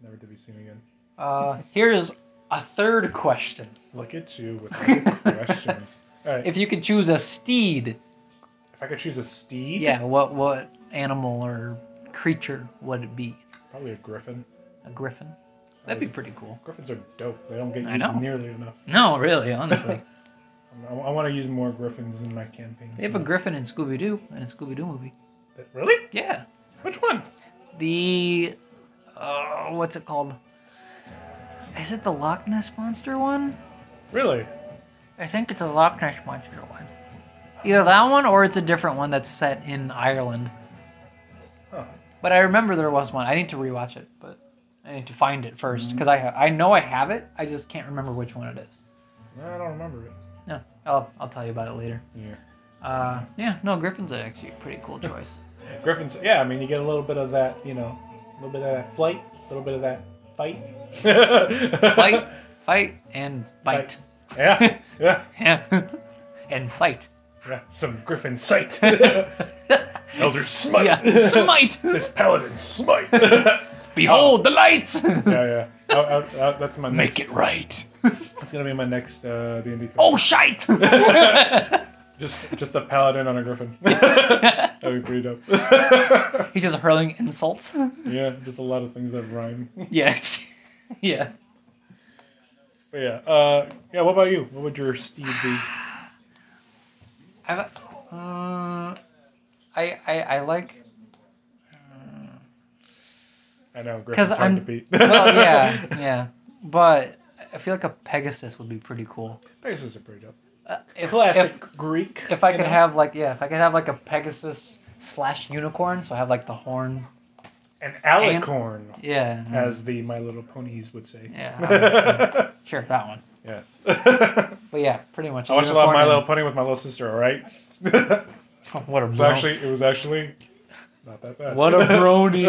B: Never to be seen again.
A: Uh, here's a third question.
B: Look at you with good questions. All right. If,
A: If you could choose a steed
B: I could choose a steed,
A: Yeah, what what animal or creature would it be?
B: probably a griffin.
A: A griffin? That'd be pretty cool.
B: Griffins are dope. They don't get
A: I
B: used
A: know.
B: nearly enough.
A: No, really, honestly.
B: I, want to use more griffins in my campaigns.
A: they have a griffin in Scooby Doo in a Scooby Doo movie.
B: Really?
A: Yeah.
B: Which one?
A: The uh, what's it called? Is it the Loch Ness monster one?
B: Really?
A: I think it's a Loch Ness monster one. Either that one or it's a different one that's set in Ireland.
B: Huh.
A: But I remember there was one. I need to rewatch it, but I need to find it first because I ha- I know I have it. I just can't remember which one it is.
B: I don't remember it.
A: No, I'll I'll tell you about it later.
B: Yeah.
A: Uh, yeah, no, Griffin's actually a pretty cool choice.
B: Griffin's. Yeah, I mean, you get a little bit of that, you know, a little bit of that flight, a little bit of that fight.
A: Fight, fight, and bite.
B: Yeah. Yeah.
A: Yeah, and sight.
B: yeah. Some Griffin sight. Elder smite.
A: Yeah, smite.
B: This paladin smite. yeah,
A: Behold the lights.
B: yeah. I, I, I, that's my next.
A: right.
B: That's gonna be my next uh, D&D. Card.
A: Oh shite.
B: Just, just a paladin on a griffin. That'd be pretty dope.
A: He's just hurling insults.
B: Yeah, just a lot of things that rhyme.
A: Yes. yeah.
B: But yeah, uh, yeah. What about you? What would your steed be?
A: I've, um, I, I I like
B: I know Griffin's
A: 'Cause
B: hard
A: I'm-
B: to beat.
A: well yeah yeah but I feel like a Pegasus would be pretty cool.
B: Pegasus are pretty dope.
A: If,
B: Classic Greek.
A: If, if I
B: you
A: could
B: know?
A: have like yeah if I could have like a Pegasus slash unicorn so I have like the horn
B: an alicorn,
A: yeah
B: as the My Little Ponies would say.
A: Mm-hmm. yeah, I would- yeah. sure that one
B: Yes.
A: but yeah pretty much
B: I watched a lot of
A: unicorn
B: My
A: and-
B: Little Pony with my little sister. All right.
A: what a
B: It was
A: bro.
B: actually, it was actually not that bad.
A: what a brony.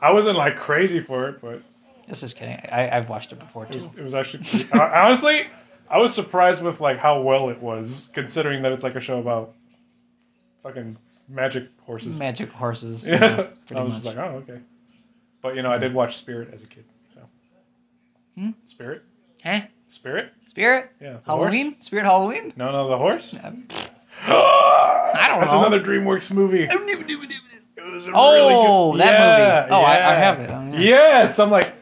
B: I wasn't like crazy for it, but
A: This is kidding. I, I've watched it before
B: it was,
A: too.
B: it was actually pretty, I- honestly, I was surprised with like how well it was, considering that it's like a show about fucking magic horses.
A: Magic horses. Yeah,
B: yeah, I
A: pretty
B: was just
A: much.
B: like, oh okay. But you know, I did watch Spirit as a kid. So.
A: Hmm?
B: Spirit,
A: Huh?
B: Spirit,
A: Spirit?
B: yeah. the horse?
A: Halloween? Spirit Halloween?
B: No, no, the horse.
A: Um,
B: I
A: don't
B: That's
A: know.
B: another DreamWorks movie. It was a
A: Oh,
B: really good-
A: that
B: Yeah,
A: movie. Oh, I- I
B: yeah.
A: have it. Oh, yeah.
B: Yes, I'm like,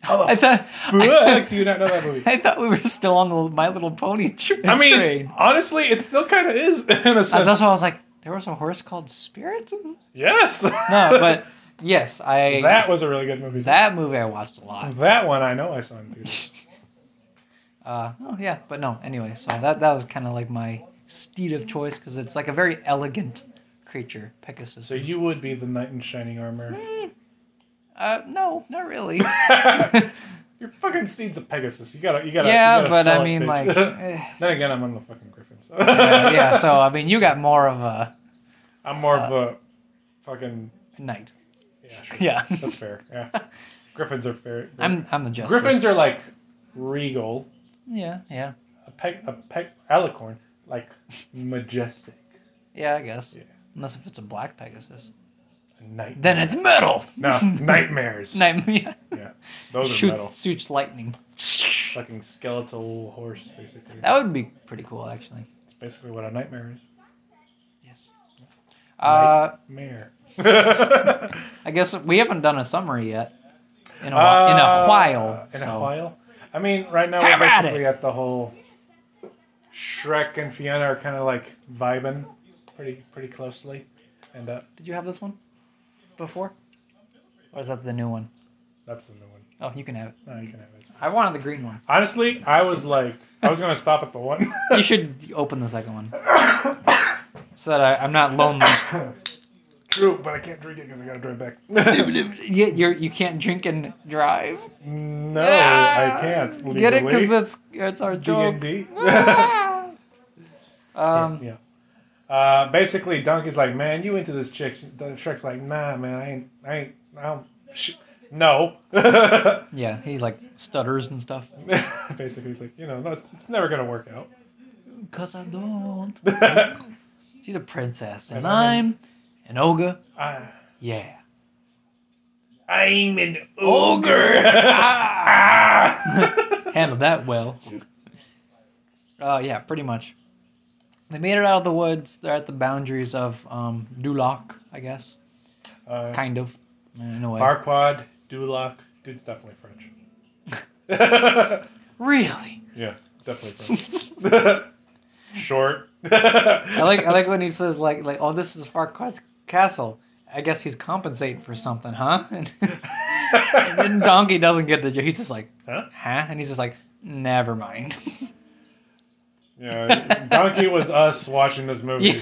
B: how the
A: I thought, I,
B: fuck
A: thought,
B: do you not know that movie?
A: I thought we were still on the My Little Pony tra-
B: I mean,
A: train.
B: honestly, it still kind of is in a sense.
A: Uh, That's why I was like, there was a horse called Spirit? No,
B: yes,
A: but yes, I that,
B: that was a really good movie.
A: movie I watched a lot.
B: That one I know I saw in theaters.
A: Uh, oh, yeah, but no, anyway, so that, that was kind of like my steed of choice because it's like a very elegant creature, Pegasus.
B: So you would be the knight in shining armor.
A: Uh, no, not really.
B: Your fucking steed's a Pegasus. You gotta, you gotta. you
A: yeah,
B: gotta
A: but
B: sell
A: I
B: it,
A: mean,
B: bitch.
A: like, eh,
B: then again, I'm on the fucking Griffin. So.
A: yeah, Uh, yeah, So I mean, you got more of a
B: I'm more of a fucking.
A: knight.
B: Yeah, sure.
A: Yeah,
B: That's fair. Yeah. Griffins are fair.
A: I'm I'm the jester.
B: Griffins are like regal.
A: Yeah, yeah,
B: A peg, a peg, alicorn, like majestic.
A: yeah. I guess.
B: Yeah.
A: Unless if it's a black Pegasus,
B: A night.
A: then it's metal.
B: no nightmares.
A: Nightmare
B: Yeah, those are metal.
A: shoots shoots lightning.
B: Fucking skeletal horse, basically.
A: That would be pretty cool, actually.
B: That's basically what a nightmare is.
A: Yes. Uh,
B: Nightmare.
A: I guess we haven't done a summary yet. In a, whi- in
B: Uh,
A: a while.
B: In
A: so.
B: a while. I mean, right now
A: Have
B: we're
A: at
B: basically at the whole Shrek and Fiona are kind of like vibing pretty pretty closely, and uh,
A: Did you have this one before? Or is that the new one?
B: that's the new one.
A: Oh, you can have it.
B: No, you can have it.
A: I wanted the green one.
B: Honestly, I was like, I was gonna stop at the one.
A: You should open the second one. so that I, I'm not lonely.
B: True, but I can't drink it because I gotta drive back.
A: you, you're, you can't drink and drive.
B: No, I can't. Legally.
A: Get it? Because it's, it's our joke.
B: D&D.
A: Um,
B: yeah. Uh, basically, Donkey's like, man, you into this chick? The Shrek's like, nah, man, I ain't, I ain't, I don't, sh- no.
A: yeah, he like stutters and stuff.
B: basically, he's like, you know, no, it's, it's never gonna work out.
A: Because I don't. She's a princess. And
B: And I
A: I'm an ogre.
B: I,
A: Yeah.
B: I'm an ogre. Ah.
A: handled that well. Uh, yeah, pretty much. They made it out of the woods. They're at the boundaries of um, Duloc, I guess.
B: Uh,
A: Kind of. In a way.
B: Farquad, Duloc, dude's definitely French.
A: Really?
B: Yeah, definitely French. Short.
A: I like I like when he says like like oh this is Farquaad's castle. I guess he's compensating for something, huh? And, and then Donkey doesn't get the joke. He's just like,
B: Huh?
A: huh? And he's just like, never mind.
B: Yeah, Donkey was us watching this movie.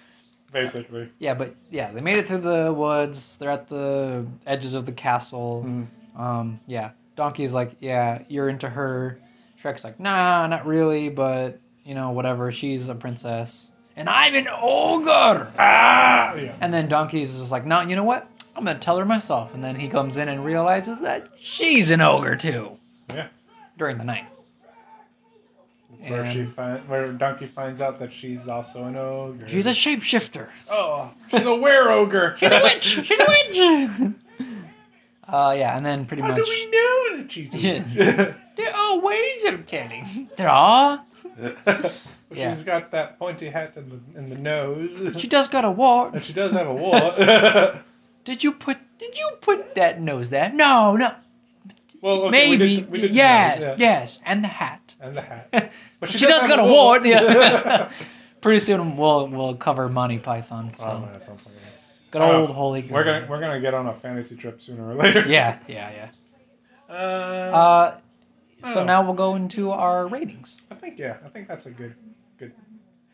B: Basically.
A: Yeah, but yeah, they made it through the woods. They're at the edges of the castle. Um, yeah, Donkey's like, yeah, you're into her. Shrek's like, nah, not really, but you know, whatever. She's a princess, and I'm an ogre.
B: Ah! Yeah.
A: And then Donkey's just like, no, you know what? I'm gonna tell her myself. And then he comes in and realizes that she's an ogre too
B: Yeah.
A: during the night.
B: That's where, she find, where Donkey finds out that she's also an ogre.
A: She's a shapeshifter.
B: Oh, she's a were ogre.
A: She's a witch. She's a witch. uh, yeah, and then pretty
B: How
A: much.
B: do we know that she's a
A: Yeah.
B: witch?
A: There are ways of telling. There are. Yeah.
B: She's got that pointy hat in the, in the nose.
A: She does got a wart.
B: And she does have a wart.
A: Did you put? Did you put that nose there? No, no.
B: well, okay, we did
A: Maybe.
B: the- we did the
A: yes,
B: nose,
A: yes, and the hat.
B: And the hat. But
A: She does
B: have
A: got a
B: wart.
A: wart. Yeah. Pretty soon we'll we'll cover Monty Python. So
B: Oh, man, at some point.
A: good
B: Oh,
A: old holy.
B: We're
A: grail.
B: gonna we're gonna get on a fantasy trip sooner or later.
A: Yeah, yeah,
B: Uh,
A: yeah. Uh, so
B: Oh.
A: now we'll go into our ratings.
B: I think yeah. I think that's a good good.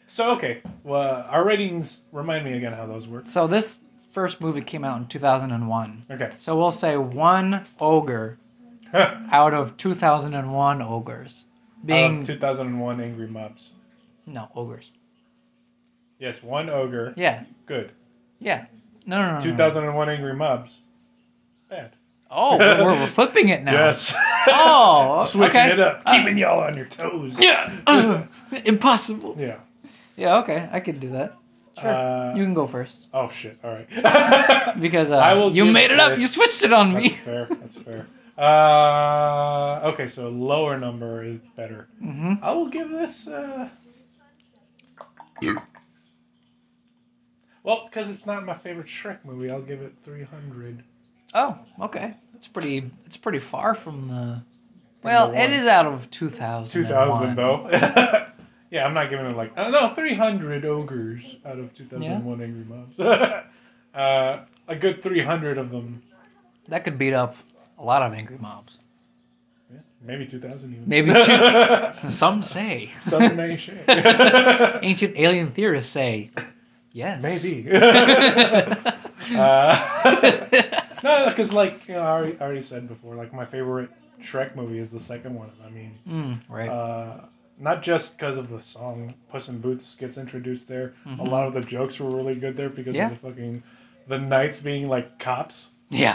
B: So okay, well, uh, our ratings remind me again how those work.
A: So this first movie came out in two thousand and one.
B: Okay.
A: So we'll say one ogre out of 2001 ogres. Being
B: Out of 2001 Angry Mobs.
A: no ogres.
B: Yes, one ogre.
A: Yeah,
B: Good.
A: yeah. No, no, no. no, no.
B: 2001 Angry Mobs. Bad.
A: Oh, we're, we're flipping it now.
B: Yes.
A: Oh,
B: Switching
A: okay.
B: it up, keeping y'all on your toes.
A: Yeah. Ugh, impossible.
B: Yeah.
A: Yeah. Okay, I could do that. Sure.
B: Uh,
A: you can go first
B: oh shit. All right.
A: because uh,
B: I will
A: you
B: give
A: made it up.
B: first.
A: You switched it on me.
B: That's fair. That's fair. Uh, okay, so lower number is better. Mm-hmm. I will give this. Uh... Well, because it's not my favorite Shrek movie, I'll give it 300.
A: Oh, okay. That's pretty. It's pretty far from the. Well,
B: Number
A: it
B: one.
A: is out of 2000.
B: 2000, though. yeah, I'm not giving it like. Uh, no, 300 ogres out of 2001 Angry Mobs. uh, a good 300 of them.
A: That could beat up a lot of angry mobs.
B: Yeah, maybe 2,000 even.
A: Maybe two. some say.
B: Some may share.
A: Ancient alien theorists say yes.
B: Maybe. Uh, no, because like you know, I already, I already said before, like my favorite Shrek movie is the second one. I mean,
A: Right.
B: uh, not just because of the song "Puss in Boots" gets introduced there. A lot of the jokes were really good there because
A: Mm-hmm. Yeah.
B: of the fucking the knights being like cops,
A: yeah.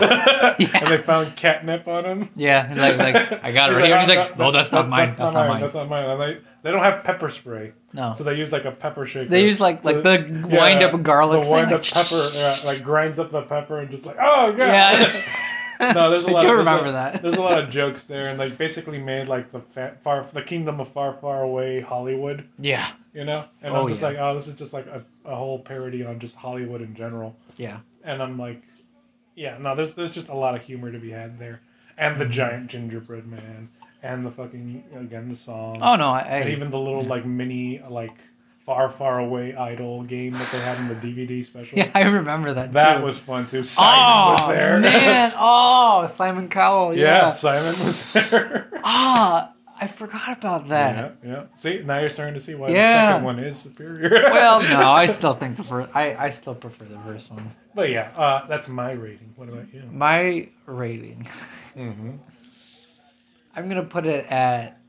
B: and they found catnip on them.
A: Yeah. and Like, like I got it right here. He's like, no, that's not mine. That's not mine.
B: That's not mine. And they, they don't have pepper spray.
A: No.
B: So they use like a pepper shaker.
A: Oh. They use, like-
B: So
A: like the wind up garlic
B: The
A: thing,
B: wind
A: like,
B: up pepper, yeah, like grinds up the pepper and just like, oh god.
A: Yeah.
B: no, there's a
A: I
B: lot.
A: do
B: there's a-
A: remember that.
B: There's a lot of jokes there, and like basically made like the fa- far, the kingdom of far, far away Hollywood.
A: Yeah.
B: You know, and
A: Oh,
B: I'm just
A: yeah.
B: like, oh, this is just like a, a whole parody on just Hollywood in general.
A: Yeah.
B: And I'm like, yeah, no, there's there's just a lot of humor to be had there, and the
A: Mm-hmm.
B: giant gingerbread man, and the fucking again the song.
A: Oh no. I, I
B: And even the little like mini like far far away idol game that they had in the DVD special.
A: Yeah, I remember that.
B: that
A: too.
B: was fun too.
A: Oh
B: Simon was there.
A: man. Oh, Simon Cowell.
B: yeah.
A: Yeah.
B: Simon was there.
A: Ah, I forgot about
B: yeah,
A: that.
B: yeah. See, now you're starting to see why
A: Yeah.
B: the second one is superior.
A: Well, no, I still think the first. I I still prefer the first one.
B: but yeah, uh, that's my rating. What about you?
A: My rating.
B: Mm-hmm.
A: I'm gonna put it at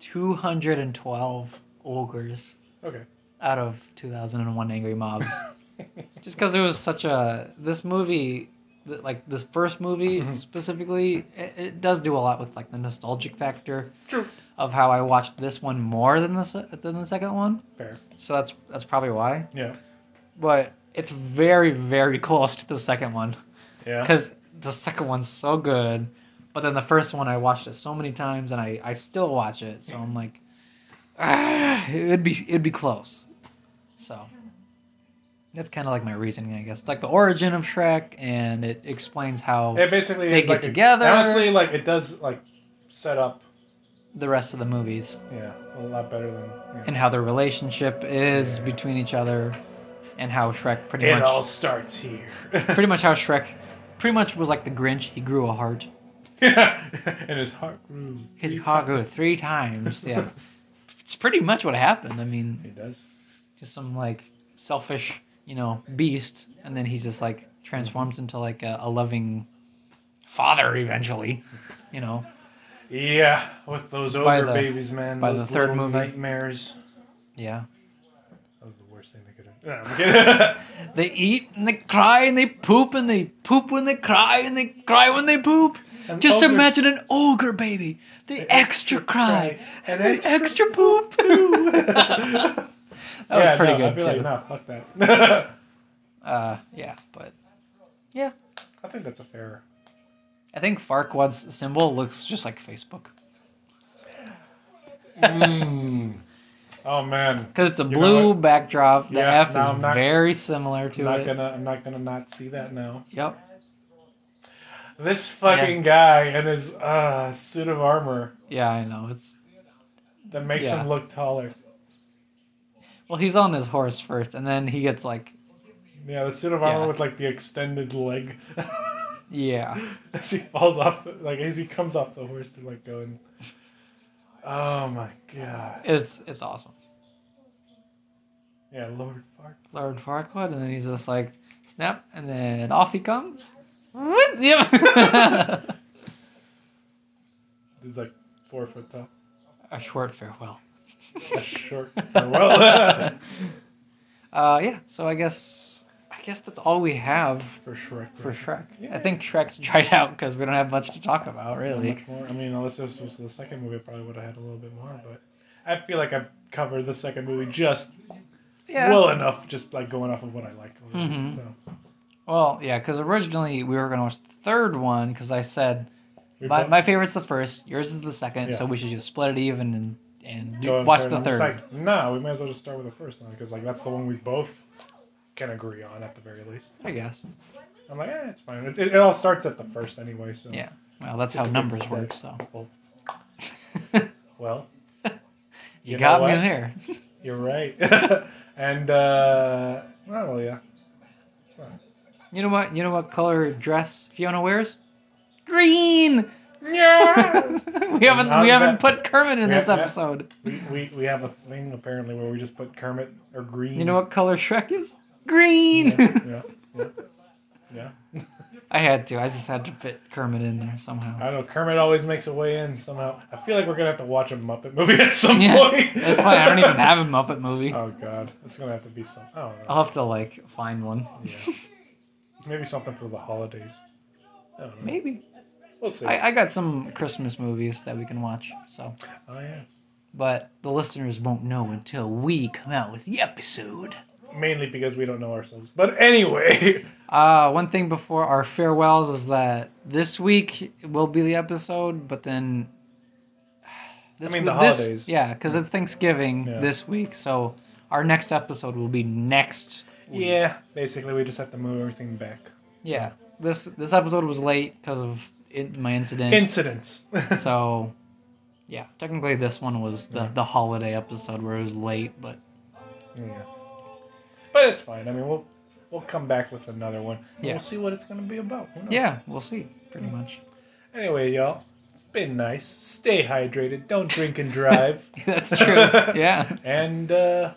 A: 212 ogres
B: Okay.
A: out of 2001 Angry Mobs, just because it was such a this movie, th- like this first movie specifically, it, it does do a lot with like the nostalgic factor
B: True.
A: of how I watched this one more than the se- than the second one.
B: Fair.
A: So that's that's probably why.
B: Yeah.
A: But it's very very close to the second one
B: Yeah.
A: because the second one's so good but then the first one i watched it so many times and i, I still watch it so i'm like ah, it'd be it'd be close so that's kind of like my reasoning i guess it's like the origin of shrek and it explains how
B: It basically
A: They
B: is
A: get
B: like a-
A: together.
B: honestly, like it does like set up
A: the rest of the movies
B: yeah a lot better than. Yeah.
A: and how their relationship is between each other and how Shrek pretty
B: It
A: much
B: all starts here.
A: pretty much how Shrek pretty much was like the Grinch. He grew a heart.
B: and Mm, his heart grew.
A: His heart grew three times. Yeah, it's pretty much what happened. I mean,
B: It does.
A: just some like selfish, you know, beast, and then he just like transforms into like a, a loving father eventually. You know,
B: Yeah, with those
A: By
B: ogre
A: the-
B: babies, man.
A: by
B: those
A: the third
B: little
A: movie.
B: Nightmares. That
A: yeah.
B: was the worst thing they could have. No, I'm kidding.
A: They eat and they cry and they poop and they poop when they cry and they cry when they poop.
B: An
A: Just
B: ogre's-
A: imagine an ogre baby. The extra cry and the extra poop.
B: that
A: That was pretty
B: no, I'd
A: good
B: be
A: too.
B: like, nah, fuck that.
A: Uh, yeah, but yeah,
B: I think that's a fair.
A: I think Farquaad's symbol looks just like Facebook Mm.
B: Oh man,
A: because it's a
B: know
A: blue
B: what?
A: backdrop. The
B: Yeah,
A: F
B: no,
A: is
B: I'm not-
A: very similar to
B: I'm not
A: it.
B: gonna, I'm not gonna not see that now.
A: Yep.
B: This fucking guy and his uh, suit of armor
A: Yeah, I know. It's
B: that makes
A: Yeah.
B: him look taller.
A: well, he's on his horse first, and then he gets like
B: Yeah, the suit of armor
A: Yeah.
B: with like the extended leg
A: yeah.
B: as he falls off, the, like as he comes off the horse to like go and. Oh my god!
A: It's it's awesome.
B: Yeah, Lord Fark.
A: Lord Farquaad, and then he's just like snap, and then off he comes. Whoop, Yep.
B: He's like four foot tall.
A: a short farewell.
B: A short farewell
A: Uh, yeah. So I guess I guess that's all we have
B: for Shrek.
A: for Shrek.
B: Yeah.
A: I think Shrek's dried out because we don't have much to talk about
B: Not
A: really.
B: much more. I mean, unless this was the second movie, I probably would have had a little bit more. But I feel like I've covered the second movie just
A: Yeah.
B: well enough, just like going off of what I liked.
A: Mhm.
B: So,
A: Well, yeah, because originally we were gonna watch the third one because I said
B: we
A: my,
B: both
A: my favorite's the first, yours is the second, so
B: Yeah.
A: we should just split it even and and do,
B: go on
A: watch the
B: and it's
A: third.
B: Like, no, we might as well just start with the first one because like that's the one we both can agree on at the very least.
A: I guess.
B: I'm like, eh, it's fine. It, it, it all starts at the first anyway. So
A: Yeah. Well, that's
B: Just
A: how
B: a good
A: numbers
B: set.
A: work. So
B: Well, well,
A: you,
B: You know
A: got me
B: what?
A: there.
B: you're right. and uh, well, yeah,
A: You know what? You know what color dress Fiona wears? Green.
B: yeah.
A: we haven't
B: not
A: we haven't
B: bad.
A: put Kermit in
B: We
A: this
B: haven't-
A: episode.
B: we, we we have a thing apparently where we just put Kermit or green.
A: You know what color Shrek is? Green.
B: Yeah, yeah, yeah. yeah.
A: I had to. I just had to fit Kermit in there somehow.
B: I don't know. Kermit always makes a way in somehow. I feel like we're gonna have to watch a Muppet movie at some
A: Yeah,
B: point.
A: that's why I don't even Oh. have a Muppet movie.
B: Oh god, it's gonna have to be some. I don't know.
A: I'll have to like find one.
B: Yeah. Maybe something for the holidays. I don't know.
A: Maybe
B: We'll see.
A: I, I got some Christmas movies that we can watch. So,
B: oh yeah.
A: but the listeners won't know until we come out with the episode.
B: Mainly because we don't know ourselves. But anyway,
A: Uh, one thing before our farewells is that this week will be the episode, but then. This
B: mean, the
A: week- this-
B: holidays.
A: yeah, because it's Thanksgiving
B: Yeah.
A: this week, so our next episode will be next.
B: yeah. Basically, we just have to move everything back.
A: Yeah, this this episode was late because of in, my incident.
B: Incidents.
A: so yeah technically this one was the, the holiday episode where it was late but
B: Yeah. But it's fine. I mean, we'll we'll come back with another one. and
A: Yeah.
B: We'll see what it's going to be about. Who knows?
A: yeah we'll see pretty much
B: Anyway, y'all, it's been nice. Stay hydrated. Don't drink and drive.
A: that's true yeah
B: and uh,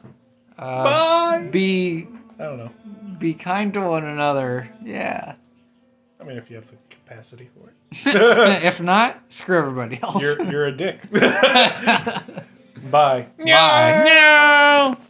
A: uh,
B: bye.
A: be
B: I don't know.
A: be kind to one another yeah
B: I mean, if you have the capacity for it,
A: if not screw everybody else
B: you're you're a dick. bye.
A: Bye.